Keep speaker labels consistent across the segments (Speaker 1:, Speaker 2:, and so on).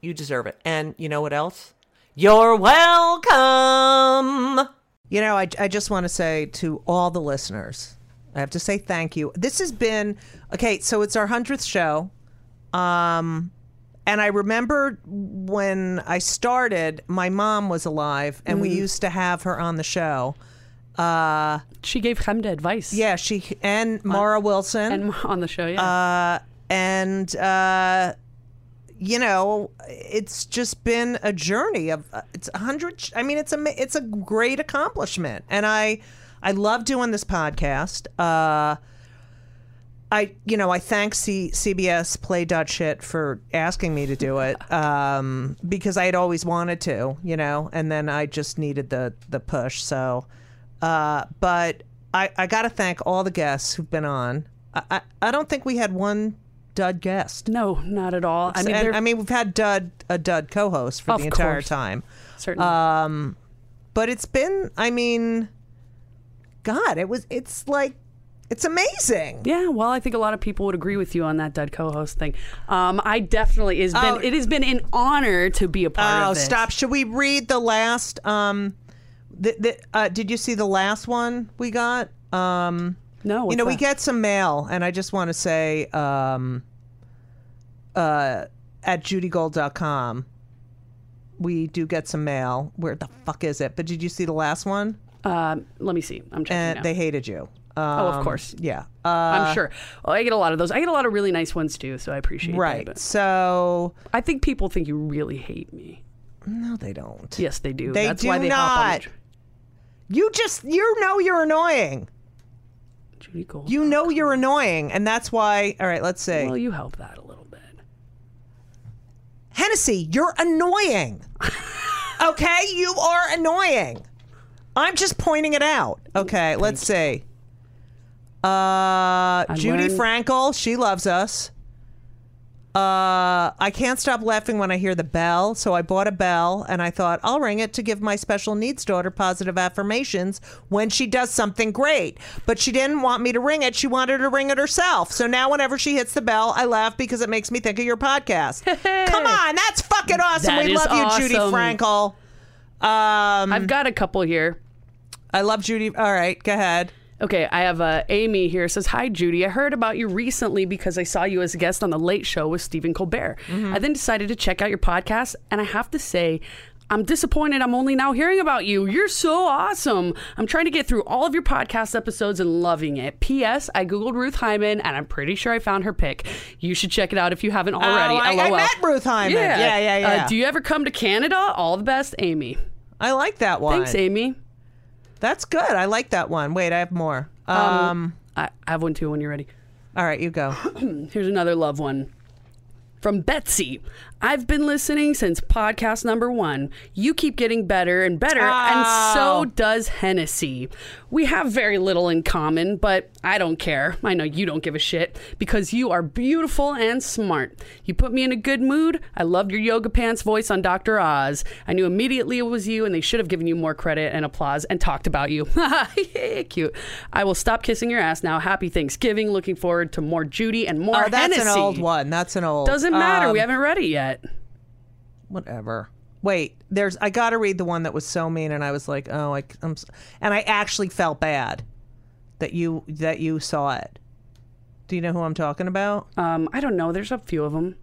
Speaker 1: You deserve it. And you know what else? You're welcome. You know, I, I just want to say to all the listeners, I have to say thank you. This has been okay. So it's our hundredth show, um, and I remember when I started, my mom was alive, and we used to have her on the show. Uh,
Speaker 2: She gave Chemda advice.
Speaker 1: yeah, she Uh, and Mara Wilson
Speaker 2: And on the show, yeah.
Speaker 1: uh, and uh, you know, it's just been a journey of uh, it's a hundred. I mean, it's a it's a great accomplishment, and I I love doing this podcast. Uh, I you know I thank C- CBS Play Dot Shit for asking me to do it um, because I had always wanted to, you know, and then I just needed the the push. So, uh, but I I got to thank all the guests who've been on. I, I I don't think we had one dud guest.
Speaker 2: no, not at all. I mean,
Speaker 1: and, uh,
Speaker 2: they're
Speaker 1: I mean we've had dud a dud co-host for
Speaker 2: Of
Speaker 1: the entire
Speaker 2: course.
Speaker 1: time,
Speaker 2: certainly.
Speaker 1: uh, but it's been I mean, God, it was it's like it's amazing.
Speaker 2: yeah, well, I think a lot of people would agree with you on that dud co-host thing. Um, I definitely has been.
Speaker 1: Oh.
Speaker 2: It has been an honor to be a part
Speaker 1: Oh,
Speaker 2: of this.
Speaker 1: stop! Should we read the last? Um, the, the, uh, did you see the last one we got? Um,
Speaker 2: No,
Speaker 1: you know, we
Speaker 2: what's that?
Speaker 1: get some mail, and I just want to say, um, uh, at judygold.com, we do get some mail. Where the fuck is it? But did you see the last one?
Speaker 2: Um, let me see. I'm checking.
Speaker 1: And
Speaker 2: now.
Speaker 1: they hated you. Um,
Speaker 2: oh, of course.
Speaker 1: Yeah. Uh,
Speaker 2: I'm sure. Well, I get a lot of those. I get a lot of really nice ones too, so I appreciate
Speaker 1: right.
Speaker 2: that.
Speaker 1: So,
Speaker 2: But I think people think you really hate me.
Speaker 1: no, they don't.
Speaker 2: Yes, they do.
Speaker 1: They
Speaker 2: That's
Speaker 1: do
Speaker 2: why they hop on
Speaker 1: not.
Speaker 2: the tr-
Speaker 1: You just, you know, you're annoying.
Speaker 2: Judy Gold.
Speaker 1: You know you're annoying, and that's why. All right, let's see.
Speaker 2: well, you help that a little bit.
Speaker 1: Hennessy, you're annoying. okay, you are annoying. I'm just pointing it out. Okay, let's see. Uh, Judy
Speaker 2: learned-
Speaker 1: Frankel, she loves us. Uh, I can't stop laughing when I hear the bell, so I bought a bell and I thought I'll ring it to give my special needs daughter positive affirmations when she does something great. But she didn't want me to ring it, she wanted to ring it herself. So now whenever she hits the bell, I laugh because it makes me think of your podcast. Come on, that's fucking awesome.
Speaker 2: That
Speaker 1: we
Speaker 2: is
Speaker 1: love you, Judy
Speaker 2: awesome.
Speaker 1: Frankel. Um,
Speaker 2: I've got a couple here.
Speaker 1: I love Judy. All right, go ahead.
Speaker 2: Okay, I have uh, Amy here says, Hi, Judy. I heard about you recently because I saw you as a guest on The Late Show with Stephen Colbert.
Speaker 1: Mm-hmm.
Speaker 2: I then decided to check out your podcast, and I have to say, I'm disappointed I'm only now hearing about you. You're so awesome. I'm trying to get through all of your podcast episodes and loving it. P.S. I Googled Ruth Hyman, and I'm pretty sure I found her pick. You should check it out if you haven't already.
Speaker 1: Oh, I- I
Speaker 2: LOL.
Speaker 1: met Ruth Hyman. Yeah, yeah, yeah.
Speaker 2: Uh, do you ever come to Canada? All the best, Amy.
Speaker 1: I like that one.
Speaker 2: Thanks, Amy.
Speaker 1: That's good. I like that one. Wait, I have more. Um,
Speaker 2: I, I have one too when you're ready.
Speaker 1: all right, you go.
Speaker 2: Here's another love one from Betsy. I've been listening since podcast number one. You keep getting better and better, and so does Hennessy. We have very little in common, but I don't care. I know you don't give a shit because you are beautiful and smart. You put me in a good mood. I loved your yoga pants voice on Dr. Oz. I knew immediately it was you, and they should have given you more credit and applause and talked about you. Cute. I will stop kissing your ass now. Happy Thanksgiving. Looking forward to more Judy and more
Speaker 1: Oh, that's
Speaker 2: Hennessy.
Speaker 1: an old one. That's an old.
Speaker 2: Doesn't matter.
Speaker 1: Um,
Speaker 2: we haven't read it yet.
Speaker 1: whatever. Wait, there's. I got to read the one that was so mean, and I was like, oh, I, am and I actually felt bad that you that you saw it. Do you know who I'm talking about?
Speaker 2: Um, I don't know. There's a few of them.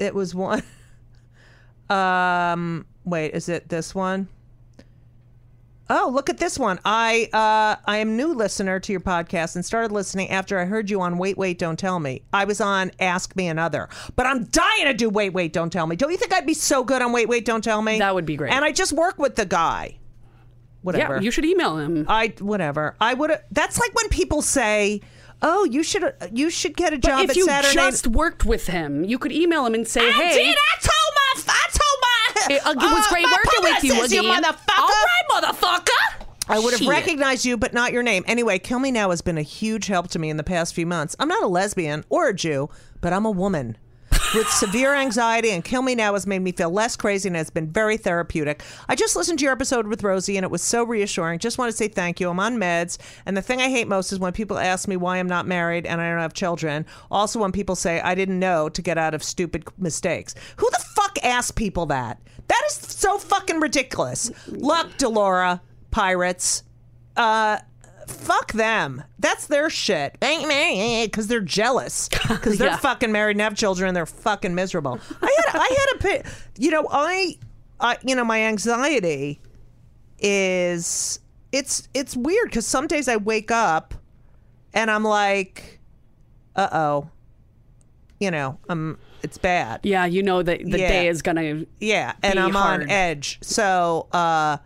Speaker 1: It was one. um, wait, is it this one? Oh, look at this one. I uh, I am new listener to your podcast and started listening after I heard you on Wait Wait Don't Tell Me. I was on Ask Me Another, but I'm dying to do Wait Wait Don't Tell Me. Don't you think I'd be so good on Wait Wait Don't Tell Me?
Speaker 2: That would be great.
Speaker 1: And I just work with the guy. Whatever.
Speaker 2: Yeah, you should email him.
Speaker 1: I whatever. I would. That's like when people say, "Oh, you should you should get a job
Speaker 2: if
Speaker 1: at
Speaker 2: you
Speaker 1: Saturday."
Speaker 2: just worked with him, you could email him and say,
Speaker 1: I
Speaker 2: "Hey,
Speaker 1: did. I told my. I told my.
Speaker 2: it, uh, it was great
Speaker 1: my
Speaker 2: working with you
Speaker 1: publicist,
Speaker 2: again,
Speaker 1: motherfucker.
Speaker 2: All right, motherfucker.
Speaker 1: I would have
Speaker 2: Shit.
Speaker 1: recognized you, but not your name. Anyway, Kill Me Now has been a huge help to me in the past few months. I'm not a lesbian or a Jew, but I'm a woman. With severe anxiety, and Kill Me Now has made me feel less crazy and has been very therapeutic. I just listened to your episode with Rosie, and it was so reassuring. Just want to say thank you. I'm on meds, and the thing I hate most is when people ask me why I'm not married and I don't have children. Also, when people say I didn't know to get out of stupid mistakes. Who the fuck asked people that? That is so fucking ridiculous. Look, Delora, pirates. Uh, fuck them. That's their shit. Ain't me because they're jealous because they're
Speaker 2: Yeah.
Speaker 1: fucking married and have children. and They're fucking miserable. I had I had a bit. You know I, I you know my anxiety is it's it's weird because some days I wake up and I'm like, uh oh, you know um it's bad.
Speaker 2: Yeah, you know that the
Speaker 1: Yeah.
Speaker 2: day is gonna.
Speaker 1: Yeah, and
Speaker 2: be
Speaker 1: I'm
Speaker 2: hard.
Speaker 1: on edge. So, uh,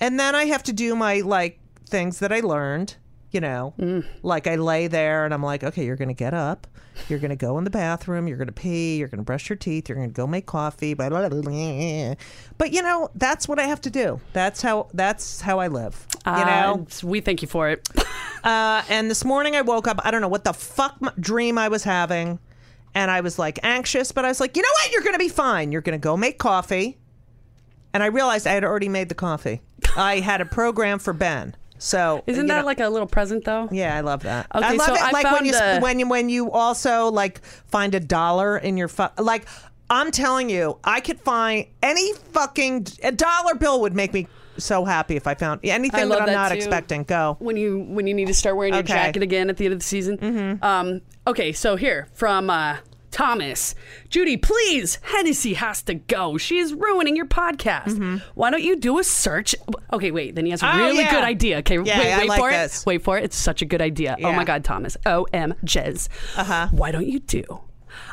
Speaker 1: and then I have to do my like things that I learned, you know,
Speaker 2: Mm.
Speaker 1: like I lay there and I'm like, okay, you're going to get up. You're going to go in the bathroom. You're going to pee. You're going to brush your teeth. You're going to go make coffee. Blah, blah, blah, blah. But, you know, that's what I have to do. That's how, that's how I live, you
Speaker 2: uh,
Speaker 1: know?
Speaker 2: it's- we thank you for it.
Speaker 1: Uh, and this morning I woke up. I don't know what the fuck m dream I was having, and I was like anxious, but I was like, you know what? You're gonna be fine. You're gonna go make coffee, and I realized I had already made the coffee. I had a program for Ben, so
Speaker 2: Isn't
Speaker 1: you
Speaker 2: that
Speaker 1: know-
Speaker 2: like a little present though?
Speaker 1: yeah, I love that.
Speaker 2: Okay,
Speaker 1: I love
Speaker 2: so
Speaker 1: it.
Speaker 2: I
Speaker 1: like when
Speaker 2: found
Speaker 1: you s
Speaker 2: a-
Speaker 1: when you when you also like find a dollar in your fu- like. I'm telling you, I could find any fucking a dollar bill would make me so happy if I found anything that
Speaker 2: love
Speaker 1: I'm
Speaker 2: that
Speaker 1: not
Speaker 2: too.
Speaker 1: expecting. Go.
Speaker 2: When you when you need to start wearing your
Speaker 1: Okay. Mm-hmm.
Speaker 2: jacket again at the end of the season. Um, okay, so here from uh, Thomas, Judy, please, Hennessy has to go. She is ruining your podcast. Why don't you do a search? Okay, wait. Then he has a
Speaker 1: Mm-hmm. Oh,
Speaker 2: really
Speaker 1: yeah.
Speaker 2: good idea. Okay,
Speaker 1: Yeah,
Speaker 2: wait,
Speaker 1: I
Speaker 2: wait
Speaker 1: like
Speaker 2: for
Speaker 1: this.
Speaker 2: it. Wait for it. It's such a good idea. Oh
Speaker 1: Yeah.
Speaker 2: my God, Thomas. O M Jez. Uh huh. Why don't you do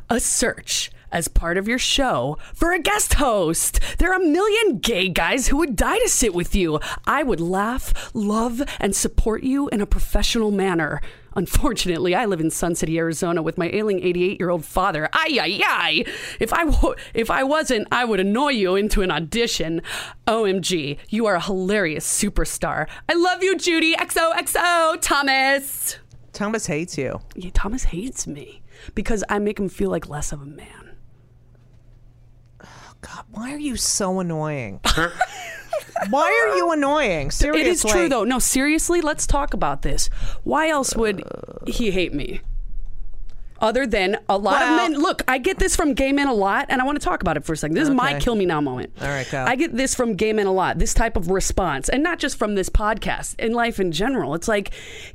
Speaker 2: a search? As part of your show for a guest host. There are a million gay guys who would die to sit with you. I would laugh, love, and support you in a professional manner. Unfortunately, I live in Sun City, Arizona, with my ailing 88 year old father. Ay, ay, ay. If I, wa- if I wasn't, I would annoy you into an audition. OMG, you are a hilarious superstar. I love you, Judy. XOXO, Thomas.
Speaker 1: Thomas hates you.
Speaker 2: Yeah, Thomas hates me because I make him feel like less of a man.
Speaker 1: God, Uh, why are you so annoying? why are you annoying? Seriously.
Speaker 2: It is true, though. No, seriously, let's talk about this. Why else would he hate me? other than a lot
Speaker 1: Well-
Speaker 2: of men. Look, I get this from gay men a lot, and I want to talk about it for a second. This is my
Speaker 1: Okay.
Speaker 2: kill me now moment.
Speaker 1: All right, go.
Speaker 2: I get this from gay men a lot, this type of response, and not just from this podcast, in life in general. It's like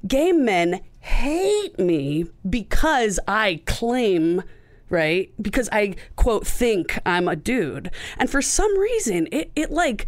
Speaker 2: gay men hate me because I claim, right? Because I, quote, think I'm a dude. And for some reason, it, it like,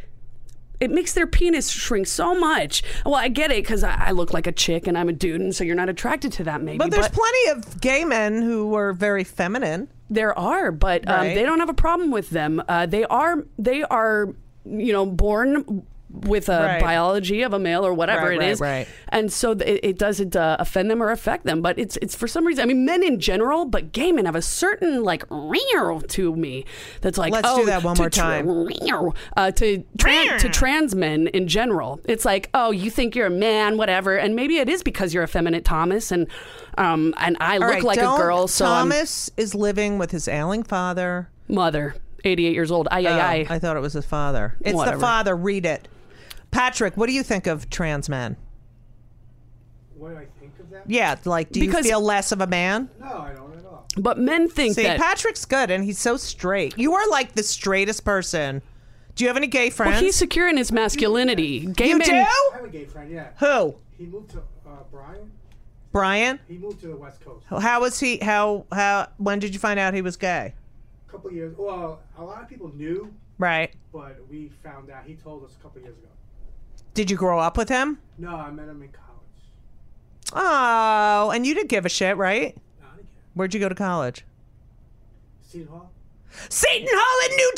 Speaker 2: it makes their penis shrink so much. Well, I get it because I, I look like a chick and I'm a dude, and so you're not attracted to that, maybe.
Speaker 1: But there's plenty of gay men who are very feminine.
Speaker 2: There are, but um,
Speaker 1: Right.
Speaker 2: they don't have a problem with them. Uh, they are they are you know born with a
Speaker 1: Right.
Speaker 2: biology of a male or whatever
Speaker 1: Right,
Speaker 2: it
Speaker 1: right,
Speaker 2: is,
Speaker 1: right.
Speaker 2: and so th- it, it doesn't uh, offend them or affect them. But it's it's for some reason. I mean, men in general, but gay men have a certain like rear to me that's like
Speaker 1: Let's
Speaker 2: oh,
Speaker 1: do that one
Speaker 2: to
Speaker 1: more
Speaker 2: tra-
Speaker 1: time.
Speaker 2: rear, uh, to tran- to trans men in general. It's like oh, you think you're a man, whatever, and maybe it is because you're effeminate, Thomas, and um and I
Speaker 1: All
Speaker 2: look
Speaker 1: right,
Speaker 2: like a
Speaker 1: don't-
Speaker 2: girl, so I'm-
Speaker 1: Thomas is living with his ailing father.
Speaker 2: mother, 88 years old. Ay,
Speaker 1: Oh,
Speaker 2: ay,
Speaker 1: I
Speaker 2: ay.
Speaker 1: thought it was his father. It's
Speaker 2: Whatever.
Speaker 1: the father. Read it. Patrick, what do you think of trans men?
Speaker 3: What do I think of that?
Speaker 1: Yeah, like, do
Speaker 2: Because-
Speaker 1: you feel less of a man?
Speaker 3: No, I don't at all.
Speaker 2: But men think
Speaker 1: See,
Speaker 2: that.
Speaker 1: Patrick's good, and he's so straight. You are like the straightest person. Do you have any gay friends?
Speaker 2: well, Oh, he's secure in his masculinity. Gay
Speaker 1: you
Speaker 2: men,
Speaker 1: do?
Speaker 3: I have a gay friend, yeah.
Speaker 1: Who?
Speaker 3: He moved to uh, Brian.
Speaker 1: Brian?
Speaker 3: He moved to the West Coast.
Speaker 1: How was he? How? How? When did you find out he was gay?
Speaker 3: A couple years. Well, a lot of people knew,
Speaker 1: Right.
Speaker 3: but we found out. He told us a couple years ago.
Speaker 1: Did you grow up with him?
Speaker 3: No, I met him in college.
Speaker 1: Oh, and you didn't give a shit, right?
Speaker 3: No, I didn't care.
Speaker 1: Where'd you go to college?
Speaker 3: Seton Hall.
Speaker 1: Seton Hall in New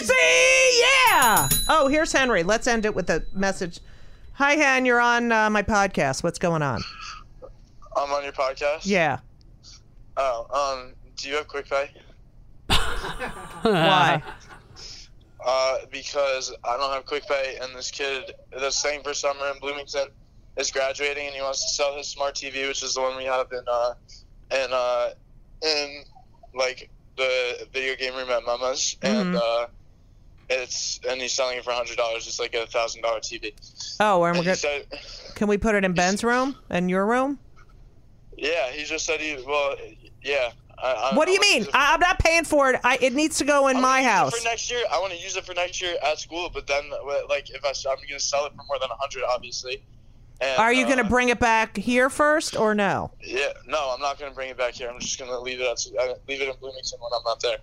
Speaker 1: Jersey. Yeah. Oh, here's Henry. Let's end it with a message. Hi, Hen. You're on uh, my podcast. What's going on?
Speaker 4: I'm on your podcast.
Speaker 1: Yeah.
Speaker 4: Oh, um, do you have quick pay?
Speaker 2: Uh-huh.
Speaker 1: Why?
Speaker 4: Uh, because I don't have quick pay, and this kid that's staying for summer in Bloomington is graduating, and he wants to sell his smart TV, which is the one we have in uh, in uh, in like the video game room at Mama's,
Speaker 1: Mm-hmm.
Speaker 4: and uh, it's and he's selling it for hundred dollars. It's like a thousand dollar TV.
Speaker 1: Oh, and we're
Speaker 4: And he
Speaker 1: good.
Speaker 4: said,
Speaker 1: Can we put it in Ben's room and your room?
Speaker 4: yeah, he just said he well, yeah. I, I,
Speaker 1: What do
Speaker 4: I
Speaker 1: you
Speaker 4: want to
Speaker 1: mean?
Speaker 4: do-
Speaker 1: I, I'm not paying for it. I, it needs to go in
Speaker 4: I
Speaker 1: my
Speaker 4: wanna use it
Speaker 1: house.
Speaker 4: for next year. I want to use it for next year at school, but then wh- like if I, am going to sell it for more than a hundred, obviously. And,
Speaker 1: Are you
Speaker 4: uh,
Speaker 1: going to bring it back here first or no?
Speaker 4: Yeah, no, I'm not going to bring it back here. I'm just going to leave it at, uh, leave it in Bloomington when I'm not there.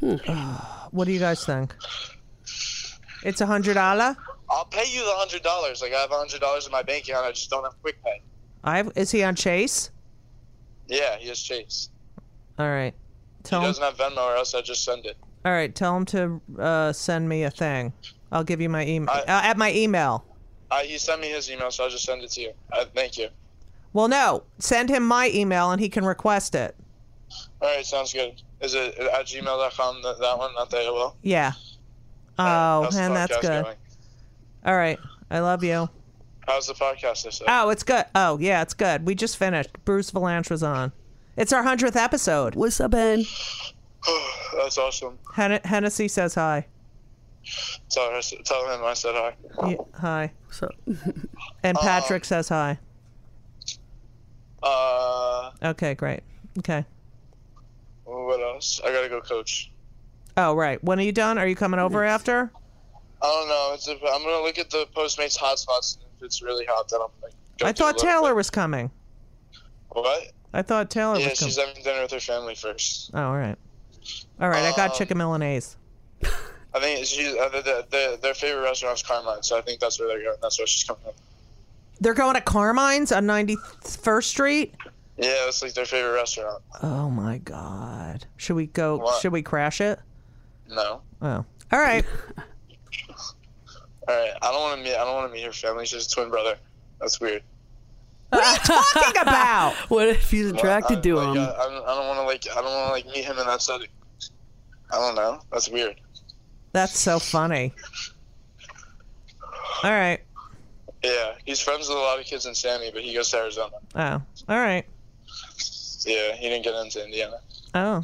Speaker 1: What do you guys think? It's a hundred dollar.
Speaker 4: I'll pay you the hundred dollars. Like I have a hundred dollars in my bank account. I just don't have quick pay.
Speaker 1: I is he on Chase?
Speaker 4: Yeah, he has Chase.
Speaker 1: All right.
Speaker 4: He
Speaker 1: Tell him.
Speaker 4: doesn't have Venmo, or else I just send it.
Speaker 1: All right. Tell him to uh, send me a thing. I'll give you my email
Speaker 4: I-
Speaker 1: uh, at my email.
Speaker 4: Uh, he sent me his email, so I'll just send it to you. Uh, thank you.
Speaker 1: Well, no. Send him my email and he can request it.
Speaker 4: All right, sounds good. Is it uh, at gmail.com, that, that one, not the AOL?
Speaker 1: Yeah.
Speaker 4: All right,
Speaker 1: Oh,
Speaker 4: how's the
Speaker 1: and that's
Speaker 4: podcast
Speaker 1: good.
Speaker 4: going?
Speaker 1: All right. I love you.
Speaker 4: How's the podcast this week?
Speaker 1: Oh, it's good. Oh, yeah, it's good. We just finished. Bruce Valanche was on. It's our hundredth episode.
Speaker 2: What's up, Ben?
Speaker 4: That's awesome.
Speaker 1: Hen- Hennessy says hi.
Speaker 4: Tell her, tell him I said hi.
Speaker 1: Yeah, hi.
Speaker 2: What's up?
Speaker 1: And Patrick says hi.
Speaker 4: Uh,
Speaker 1: Okay, great. Okay.
Speaker 4: what else? I gotta go coach.
Speaker 1: Oh, right. When are you done? Are you coming over
Speaker 4: Mm.
Speaker 1: after?
Speaker 4: I don't know. It's i I'm gonna look at the Postmates hotspots, and if it's really hot, then I'm like. Go
Speaker 1: I
Speaker 4: do a
Speaker 1: thought
Speaker 4: little
Speaker 1: Taylor Oh,
Speaker 4: bit.
Speaker 1: was coming.
Speaker 4: What?
Speaker 1: I thought Taylor
Speaker 4: Yeah,
Speaker 1: was coming.
Speaker 4: she's having dinner with her family first.
Speaker 1: Oh, all right. All right, I got
Speaker 4: Um,
Speaker 1: chicken milanese.
Speaker 4: I think she's uh, the, the, the, their favorite restaurant is Carmine, so I think that's where they're going. That's where she's coming from.
Speaker 1: They're going to Carmine's on 91st Street?
Speaker 4: Yeah, that's like their favorite restaurant.
Speaker 1: Oh my god. Should we go
Speaker 4: What?
Speaker 1: should we crash it?
Speaker 4: No.
Speaker 1: Oh. All right.
Speaker 4: All right. I don't want to meet. I don't want to meet her family. She's a twin brother. That's weird.
Speaker 1: Talking about.
Speaker 2: What if he's attracted
Speaker 4: I,
Speaker 2: to
Speaker 4: like,
Speaker 2: him?
Speaker 4: I, I don't- I don't want to like. I don't want to like meet him in that setting. I don't know. That's weird.
Speaker 1: That's so funny. All right.
Speaker 4: Yeah, he's friends with a lot of kids in Sammy, but he goes to Arizona.
Speaker 1: Oh. All right.
Speaker 4: Yeah, he didn't get into Indiana.
Speaker 1: Oh.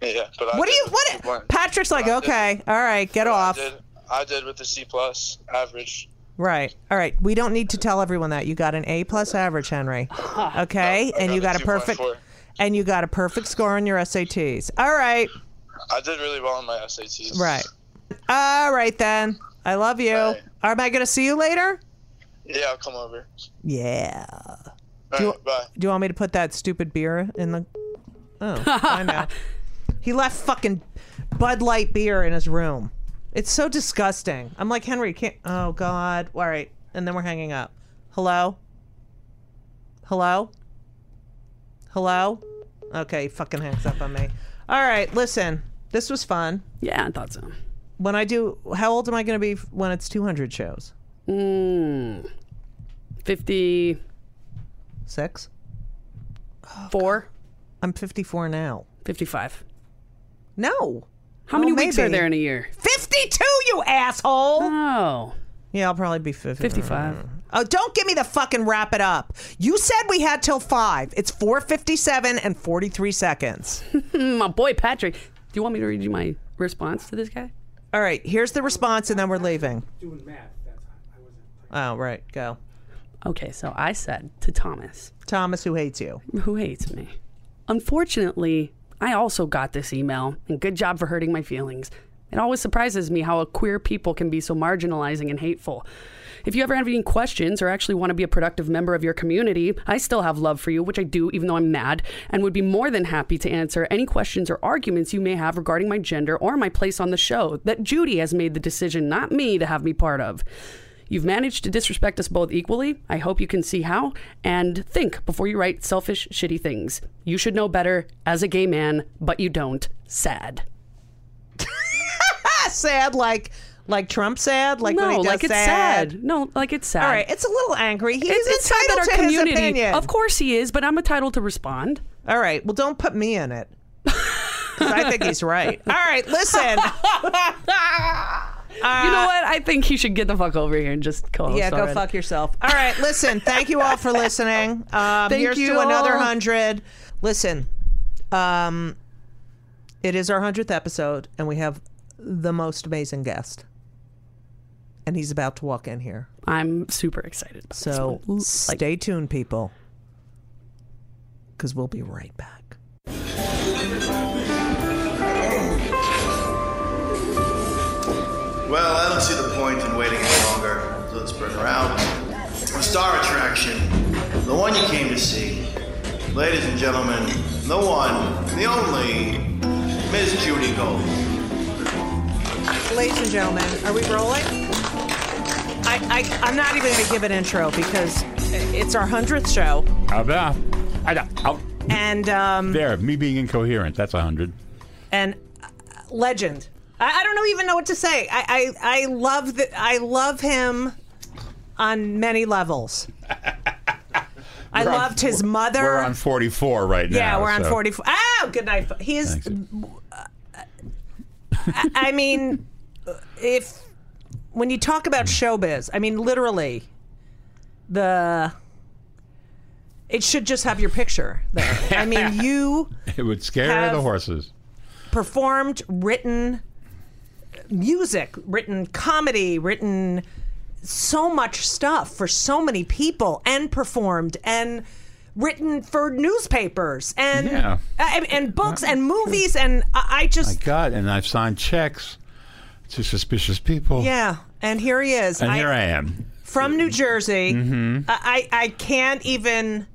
Speaker 4: Yeah, but I
Speaker 1: What do
Speaker 4: did
Speaker 1: you
Speaker 4: with the C
Speaker 1: what
Speaker 4: one.
Speaker 1: Patrick's like,
Speaker 4: I did-
Speaker 1: "Okay. All right, get
Speaker 4: I
Speaker 1: off."
Speaker 4: did, I did with the C plus average.
Speaker 1: Right. All right. We don't need to tell everyone that you got an A plus average, Henry. Okay,
Speaker 4: I
Speaker 1: and you
Speaker 4: got
Speaker 1: got
Speaker 4: a
Speaker 1: a perfect,
Speaker 4: 2.4.
Speaker 1: and you got a perfect score on your SATs. All right.
Speaker 4: I did really well on my SATs.
Speaker 1: Right. All right then. I love you.
Speaker 4: Right.
Speaker 1: Am I gonna see you later?
Speaker 4: Yeah, I'll come over.
Speaker 1: Yeah.
Speaker 4: All right, bye.
Speaker 1: Do you want me to put that stupid beer in the? Oh, I know. He left fucking Bud Light beer in his room. It's so disgusting. I'm like Henry. Can't. Oh God. All right. And then we're hanging up. Hello. Hello. Hello. Okay. He fucking hangs up on me. All right. Listen. This was fun.
Speaker 2: Yeah, I thought so.
Speaker 1: When I do, how old am I going to be f- when it's 200 shows?
Speaker 2: Mm, 54?
Speaker 1: Six. I'm 54 now.
Speaker 2: 55.
Speaker 1: No.
Speaker 2: How many
Speaker 1: Oh,
Speaker 2: weeks are
Speaker 1: maybe.
Speaker 2: there in a year?
Speaker 1: 52, you asshole!
Speaker 2: Oh,
Speaker 1: Yeah, I'll probably be 50.
Speaker 2: 55.
Speaker 1: Oh, don't give me the fucking wrap it up. You said we had till 5. It's 4.57 and 43 seconds.
Speaker 2: Hmm, My boy Patrick. Do you want me to read you my response to this guy?
Speaker 1: All right, here's the response and then we're leaving.
Speaker 3: Doing math at that time. I wasn't.
Speaker 1: Oh, right, go.
Speaker 2: Okay, so I said to Thomas,
Speaker 1: Thomas, who hates you.
Speaker 2: who hates me. Unfortunately, I also got this email, and good job for hurting my feelings. It always surprises me how queer people can be so marginalizing and hateful. If you ever have any questions or actually want to be a productive member of your community, I still have love for you, which I do even though I'm mad, and would be more than happy to answer any questions or arguments you may have regarding my gender or my place on the show that Judy has made the decision, not me, to have me part of. You've managed to disrespect us both equally. I hope you can see how and think before you write selfish, shitty things. You should know better as a gay man, but you don't. Sad.
Speaker 1: Ah, sad, like like Trump sad? Like when he
Speaker 2: no,
Speaker 1: does
Speaker 2: like it's sad. No, like it's sad.
Speaker 1: All right, it's a little angry. He's
Speaker 2: It's, it's sad
Speaker 1: entitled
Speaker 2: that our
Speaker 1: to his
Speaker 2: community.
Speaker 1: opinion.
Speaker 2: Of course he is, but I'm entitled to respond.
Speaker 1: All right. Well, don't put me in it. 'Cause I think he's right. All right. Listen.
Speaker 2: you know what? I think he should get the fuck over here and just co host.
Speaker 1: Uh, Yeah, go fuck yourself. All right. Listen. Thank you all for listening. Um,
Speaker 2: Thank
Speaker 1: here's
Speaker 2: you
Speaker 1: to another
Speaker 2: all.
Speaker 1: hundred. Listen. Um, it is our hundredth episode, and we have the most amazing guest, and he's about to walk in here.
Speaker 2: I'm super excited. About
Speaker 1: So
Speaker 2: this one. Like,
Speaker 1: stay tuned, people, because we'll be right back.
Speaker 5: Well, I don't see the point in waiting any longer, so let's bring her out. A star attraction, the one you came to see. Ladies and gentlemen, the one, the only, Miss Judy Gold.
Speaker 1: Ladies and gentlemen, are we rolling? I, I I'm not even going to give an intro because it's our hundredth show,
Speaker 6: Ah, blah. I da- Out
Speaker 1: and um,
Speaker 6: there, me being incoherent. That's a hundred.
Speaker 1: and uh, legend. I, I don't even know what to say. I I, I love that. I love him on many levels. I
Speaker 6: We're on
Speaker 1: loved his
Speaker 6: four-
Speaker 1: mother.
Speaker 6: We're on forty-four right now.
Speaker 1: yeah, we're on
Speaker 6: so-
Speaker 1: forty four. Oh, good night. He is.
Speaker 6: Thanks.
Speaker 1: I- I mean, if when you talk about
Speaker 6: Mm.
Speaker 1: showbiz, I mean literally, the it should just have your picture there. I mean, you
Speaker 6: It would scare
Speaker 1: Have-
Speaker 6: the horses.
Speaker 1: performed, written music, written comedy, written so much stuff for so many people, and performed and written for newspapers and uh,
Speaker 6: Yeah.
Speaker 1: and, and books and movies, and I, I just
Speaker 6: My God, and I've signed checks to suspicious people.
Speaker 1: yeah. And here he is.
Speaker 6: And here I am.
Speaker 1: from New Jersey.
Speaker 6: Mm-hmm.
Speaker 1: I, I I can't even.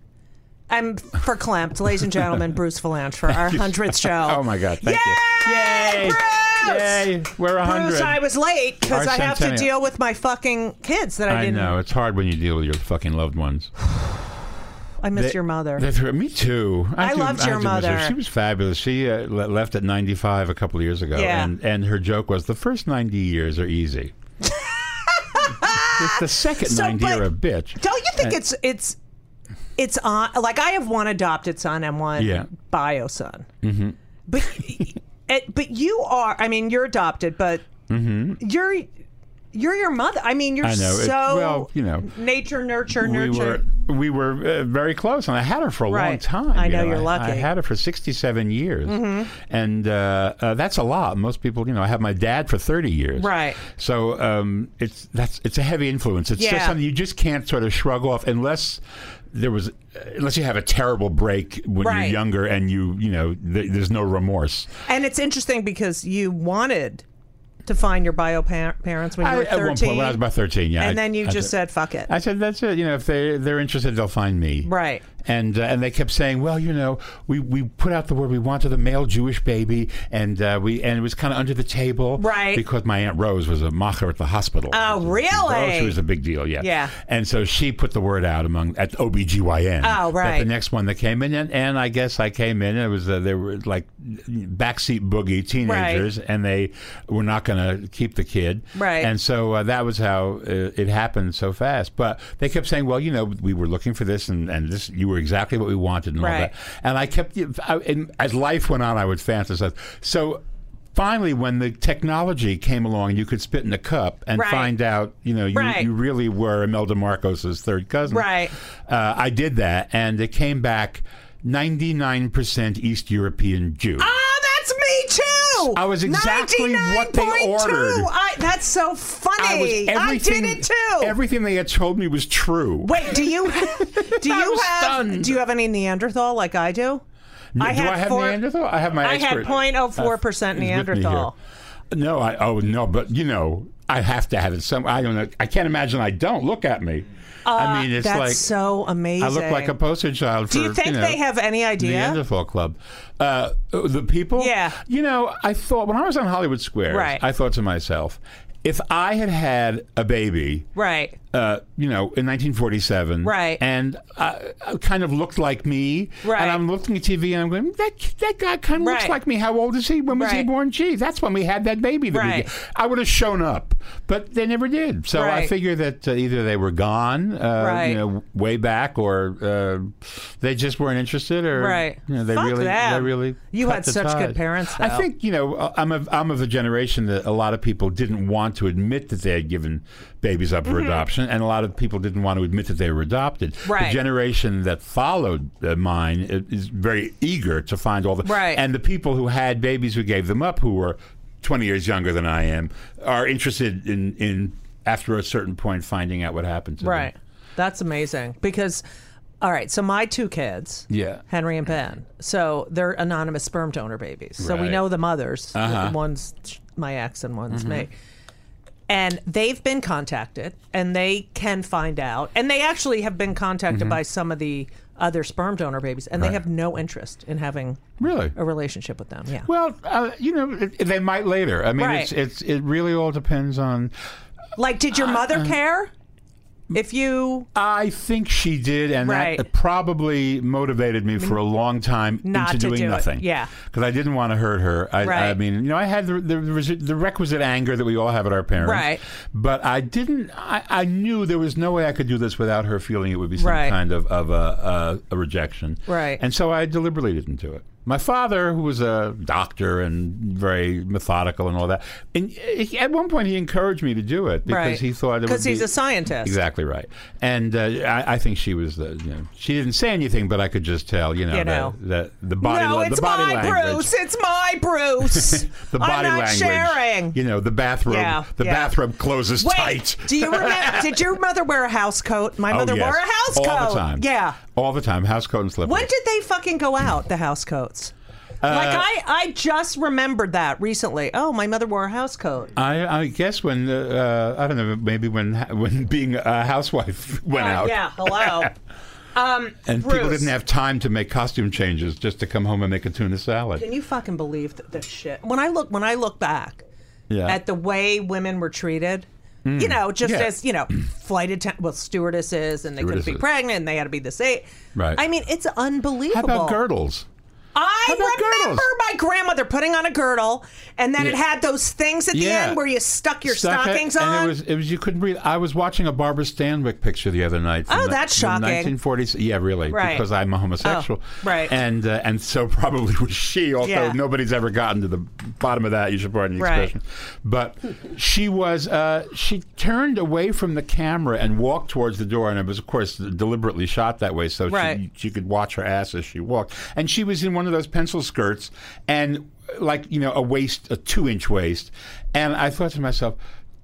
Speaker 1: I'm verklempt, ladies and gentlemen. Bruce Valanche for our
Speaker 6: you.
Speaker 1: hundredth show.
Speaker 6: Oh my God, thank you.
Speaker 1: Yay,
Speaker 6: Yay!
Speaker 1: Bruce!
Speaker 6: Yay! We're a hundred.
Speaker 1: Bruce, I was late because
Speaker 6: Our
Speaker 1: I have to
Speaker 6: centennial.
Speaker 1: deal with my fucking kids that I,
Speaker 6: I
Speaker 1: didn't.
Speaker 6: know it's hard when you deal with your fucking loved ones.
Speaker 1: I miss
Speaker 6: They-
Speaker 1: your mother.
Speaker 6: they- me too.
Speaker 1: I
Speaker 6: do-
Speaker 1: loved your
Speaker 6: do miss her.
Speaker 1: mother.
Speaker 6: She was fabulous. She uh, le- left at 95 a couple of years ago.
Speaker 1: Yeah.
Speaker 6: And, and her joke was the first 90 years are easy. It's the second
Speaker 1: So,
Speaker 6: 90
Speaker 1: but
Speaker 6: are a bitch.
Speaker 1: Don't you think
Speaker 6: And-
Speaker 1: it's it's it's on? Like I have one adopted son and one
Speaker 6: Yeah.
Speaker 1: bio son. Mm-hmm. But it, but you are. I mean, you're adopted, but you're you're your mother. I mean, you're
Speaker 6: Mm-hmm. I know. It-
Speaker 1: so
Speaker 6: well, you know,
Speaker 1: nature nurture
Speaker 6: we
Speaker 1: nurture.
Speaker 6: were we were uh, very close, and I had her for a long
Speaker 1: Right.
Speaker 6: time.
Speaker 1: I
Speaker 6: you
Speaker 1: know you're lucky. Mm-hmm.
Speaker 6: I, had her for 67 years, and uh, uh, that's a lot. Most people, you know, I have my dad for 30 years,
Speaker 1: Right.
Speaker 6: So um, it's that's it's a heavy influence. It's just
Speaker 1: Yeah.
Speaker 6: something you just can't sort of shrug off unless. There was, uh, unless you have a terrible break when
Speaker 1: Right.
Speaker 6: you're younger and you, you know, th- there's no remorse.
Speaker 1: And it's interesting because you wanted to find your bio pa- parents when you
Speaker 6: I-
Speaker 1: were
Speaker 6: at
Speaker 1: 13.
Speaker 6: one point, when I was about 13, yeah.
Speaker 1: And
Speaker 6: I-
Speaker 1: then you
Speaker 6: I
Speaker 1: just
Speaker 6: said-
Speaker 1: said, fuck it.
Speaker 6: I said, "That's it. You know, if they they're interested, they'll find me."
Speaker 1: Right.
Speaker 6: And uh, and they kept saying, "Well, you know, we, we put out the word we wanted a male Jewish baby, and uh, we and it was kind of under the table,
Speaker 1: Right.
Speaker 6: Because my aunt Rose was a macher at the hospital.
Speaker 1: Oh, really?
Speaker 6: Oh, she was a big deal, yeah.
Speaker 1: Yeah.
Speaker 6: And so she put the word out among at
Speaker 1: Oh,
Speaker 6: OBGYN. That the
Speaker 1: right.
Speaker 6: next one that came in, and, and I guess I came in. And it was uh, there were like backseat boogie teenagers, and they were not going to keep the kid,
Speaker 1: Right.
Speaker 6: And so uh, that was how uh, it happened so fast. But they kept saying, "Well, you know, we were looking for this, and, and this you were exactly what we wanted, and all
Speaker 1: Right.
Speaker 6: that." And I kept, I, and as life went on, I would fantasize. So. Finally, when the technology came along, you could spit in a cup and
Speaker 1: Right.
Speaker 6: find out, you know, you,
Speaker 1: Right.
Speaker 6: you really were Imelda Marcos's third cousin.
Speaker 1: Right.
Speaker 6: Uh, I did that, and it came back 99% East European Jew.
Speaker 1: Ah, that's me too.
Speaker 6: I was exactly what they
Speaker 1: 99.2.
Speaker 6: ordered.
Speaker 1: I, that's so funny.
Speaker 6: I was
Speaker 1: did
Speaker 6: everything-
Speaker 1: it too.
Speaker 6: Everything they had told me was true.
Speaker 1: Wait, do you do
Speaker 6: I
Speaker 1: you
Speaker 6: was
Speaker 1: have
Speaker 6: stunned.
Speaker 1: do you have any Neanderthal like I do? I
Speaker 6: do
Speaker 1: had
Speaker 6: I have
Speaker 1: four-
Speaker 6: Neanderthal? I have my.
Speaker 1: I had
Speaker 6: expert.
Speaker 1: 0.04%
Speaker 6: Uh, is with me here.
Speaker 1: Neanderthal.
Speaker 6: No, I. Oh no, but you know, I have to have it. Some. I don't know. I can't imagine. I don't look at me. I mean, it's
Speaker 1: Uh, That's
Speaker 6: like
Speaker 1: so amazing.
Speaker 6: I look like a poster child.
Speaker 1: Do
Speaker 6: for,
Speaker 1: you think
Speaker 6: know,
Speaker 1: they have any idea?
Speaker 6: Neanderthal Club. Uh, the people?
Speaker 1: Yeah.
Speaker 6: You know, I thought when I was on Hollywood Square,
Speaker 1: Right.
Speaker 6: I thought to myself, if I had had a baby,
Speaker 1: right.
Speaker 6: uh, you know, in 1947,
Speaker 1: Right.
Speaker 6: and uh, uh, kind of looked like me,
Speaker 1: Right.
Speaker 6: and I'm looking at TV and I'm going, that that guy kind of looks
Speaker 1: Right.
Speaker 6: like me. How old is he? When was he
Speaker 1: Right.
Speaker 6: born? Gee, that's when we had that baby. That we
Speaker 1: Right.
Speaker 6: did. I would have shown up, but they never did. So I
Speaker 1: Right.
Speaker 6: figure that uh, either they were gone, uh, you
Speaker 1: Right.
Speaker 6: know, way back, or uh, they just weren't interested, or
Speaker 1: Right.
Speaker 6: you know, they
Speaker 1: Fuck
Speaker 6: really,
Speaker 1: them.
Speaker 6: they really.
Speaker 1: You
Speaker 6: cut
Speaker 1: had
Speaker 6: the
Speaker 1: such good
Speaker 6: ties.
Speaker 1: parents,
Speaker 6: I
Speaker 1: though.
Speaker 6: think think, you know uh, I'm of I'm of a generation that a lot of people didn't want to admit that they had given babies up for
Speaker 1: Mm-hmm.
Speaker 6: adoption, and a lot of people didn't want to admit that they were adopted. The
Speaker 1: Right.
Speaker 6: generation that followed uh, mine i- is very eager to find all the
Speaker 1: Right.
Speaker 6: and the people who had babies who gave them up who were 20 years younger than I am are interested in in after a certain point finding out what happened to
Speaker 1: Right.
Speaker 6: them.
Speaker 1: That's amazing because all right, so my two kids,
Speaker 6: Yeah.
Speaker 1: Henry and Ben. So they're anonymous sperm donor babies. So we
Speaker 6: Right. Uh-huh. Mm-hmm.
Speaker 1: know the mothers. The One's my ex and one's me. And they've been contacted and they can find out. And they actually have been contacted by some of the other sperm donor babies and
Speaker 6: Mm-hmm. Right.
Speaker 1: they have no interest in having
Speaker 6: Really?
Speaker 1: a relationship with them. Yeah.
Speaker 6: Well, uh, you know, it- they might later. I mean,
Speaker 1: Right.
Speaker 6: it's it's it really all depends on
Speaker 1: like, did your mother
Speaker 6: uh,
Speaker 1: care? If you
Speaker 6: I think she did, and that
Speaker 1: Right.
Speaker 6: probably motivated me for a long time
Speaker 1: Not
Speaker 6: into
Speaker 1: to
Speaker 6: doing
Speaker 1: do it.
Speaker 6: nothing.
Speaker 1: Yeah.
Speaker 6: because I didn't want to hurt her. I, I
Speaker 1: Right.
Speaker 6: mean, you know, I had the, the resi- the requisite anger that we all have at our parents.
Speaker 1: Right.
Speaker 6: But I didn't. I, I knew there was no way I could do this without her feeling it would be some
Speaker 1: Right.
Speaker 6: kind of of a, a, a rejection.
Speaker 1: Right.
Speaker 6: And so I deliberately didn't do it. My father, who was a doctor and very methodical and all that, and he, at one point he encouraged me to do it because
Speaker 1: Right.
Speaker 6: he thought it
Speaker 1: 'Cause
Speaker 6: would
Speaker 1: he's
Speaker 6: be-
Speaker 1: a scientist.
Speaker 6: Exactly right. And uh, I, I think she was the. You know, she didn't say anything, but I could just tell. You know,
Speaker 1: You know.
Speaker 6: The, the, the body.
Speaker 1: no,
Speaker 6: la-
Speaker 1: it's
Speaker 6: the body
Speaker 1: my
Speaker 6: language.
Speaker 1: Bruce. It's my Bruce.
Speaker 6: The body
Speaker 1: I'm not
Speaker 6: language.
Speaker 1: sharing.
Speaker 6: You know, the bathrobe.
Speaker 1: Yeah,
Speaker 6: the
Speaker 1: yeah.
Speaker 6: bathrobe closes
Speaker 1: Wait,
Speaker 6: tight.
Speaker 1: do you remember? did your mother wear a house coat? My
Speaker 6: Oh,
Speaker 1: mother
Speaker 6: yes.
Speaker 1: wore a house
Speaker 6: all
Speaker 1: coat.
Speaker 6: the time.
Speaker 1: Yeah.
Speaker 6: all the time. House coat and slippers.
Speaker 1: When did they fucking go out? The house coats. like
Speaker 6: Uh,
Speaker 1: I, I just remembered that recently. Oh, my mother wore a house coat.
Speaker 6: I, I guess when uh, uh, I don't know maybe when when being a housewife went out
Speaker 1: Yeah. Hello. um,
Speaker 6: and people
Speaker 1: Bruce,
Speaker 6: didn't have time to make costume changes just to come home and make a tuna salad.
Speaker 1: Can you fucking believe th- this shit? When I look, when I look back
Speaker 6: yeah.
Speaker 1: at the way women were treated. You know, just
Speaker 6: Hmm. Yeah.
Speaker 1: as you know, flight attendant, well, stewardesses, and they couldn't be
Speaker 6: Stewardesses.
Speaker 1: pregnant, and they had to be this eight.
Speaker 6: Right.
Speaker 1: I mean, it's
Speaker 6: How
Speaker 1: unbelievable.
Speaker 6: about girdles?
Speaker 1: I I
Speaker 6: How about
Speaker 1: remember
Speaker 6: girdles?
Speaker 1: my grandmother putting on a girdle, and then it
Speaker 6: Yeah.
Speaker 1: had those things at the
Speaker 6: Yeah.
Speaker 1: end where you stuck your
Speaker 6: Stuck it,
Speaker 1: stockings
Speaker 6: and
Speaker 1: on.
Speaker 6: It was, it was you couldn't read. I was watching a Barbara Stanwyck picture the other night. from
Speaker 1: Oh,
Speaker 6: the-
Speaker 1: that's
Speaker 6: the
Speaker 1: shocking.
Speaker 6: 1940s. Yeah, really.
Speaker 1: Right.
Speaker 6: Because I'm a homosexual.
Speaker 1: Oh, right.
Speaker 6: And uh, and so probably was she. Although
Speaker 1: Yeah.
Speaker 6: nobody's ever gotten to the bottom of that. You should pardon the
Speaker 1: Right.
Speaker 6: expression. But she was. Uh, she turned away from the camera and walked towards the door, and it was of course deliberately shot that way so
Speaker 1: Right.
Speaker 6: she, she could watch her ass as she walked. And she was in one of those pencil skirts and like, you know, a waist, a two inch waist. And I thought to myself,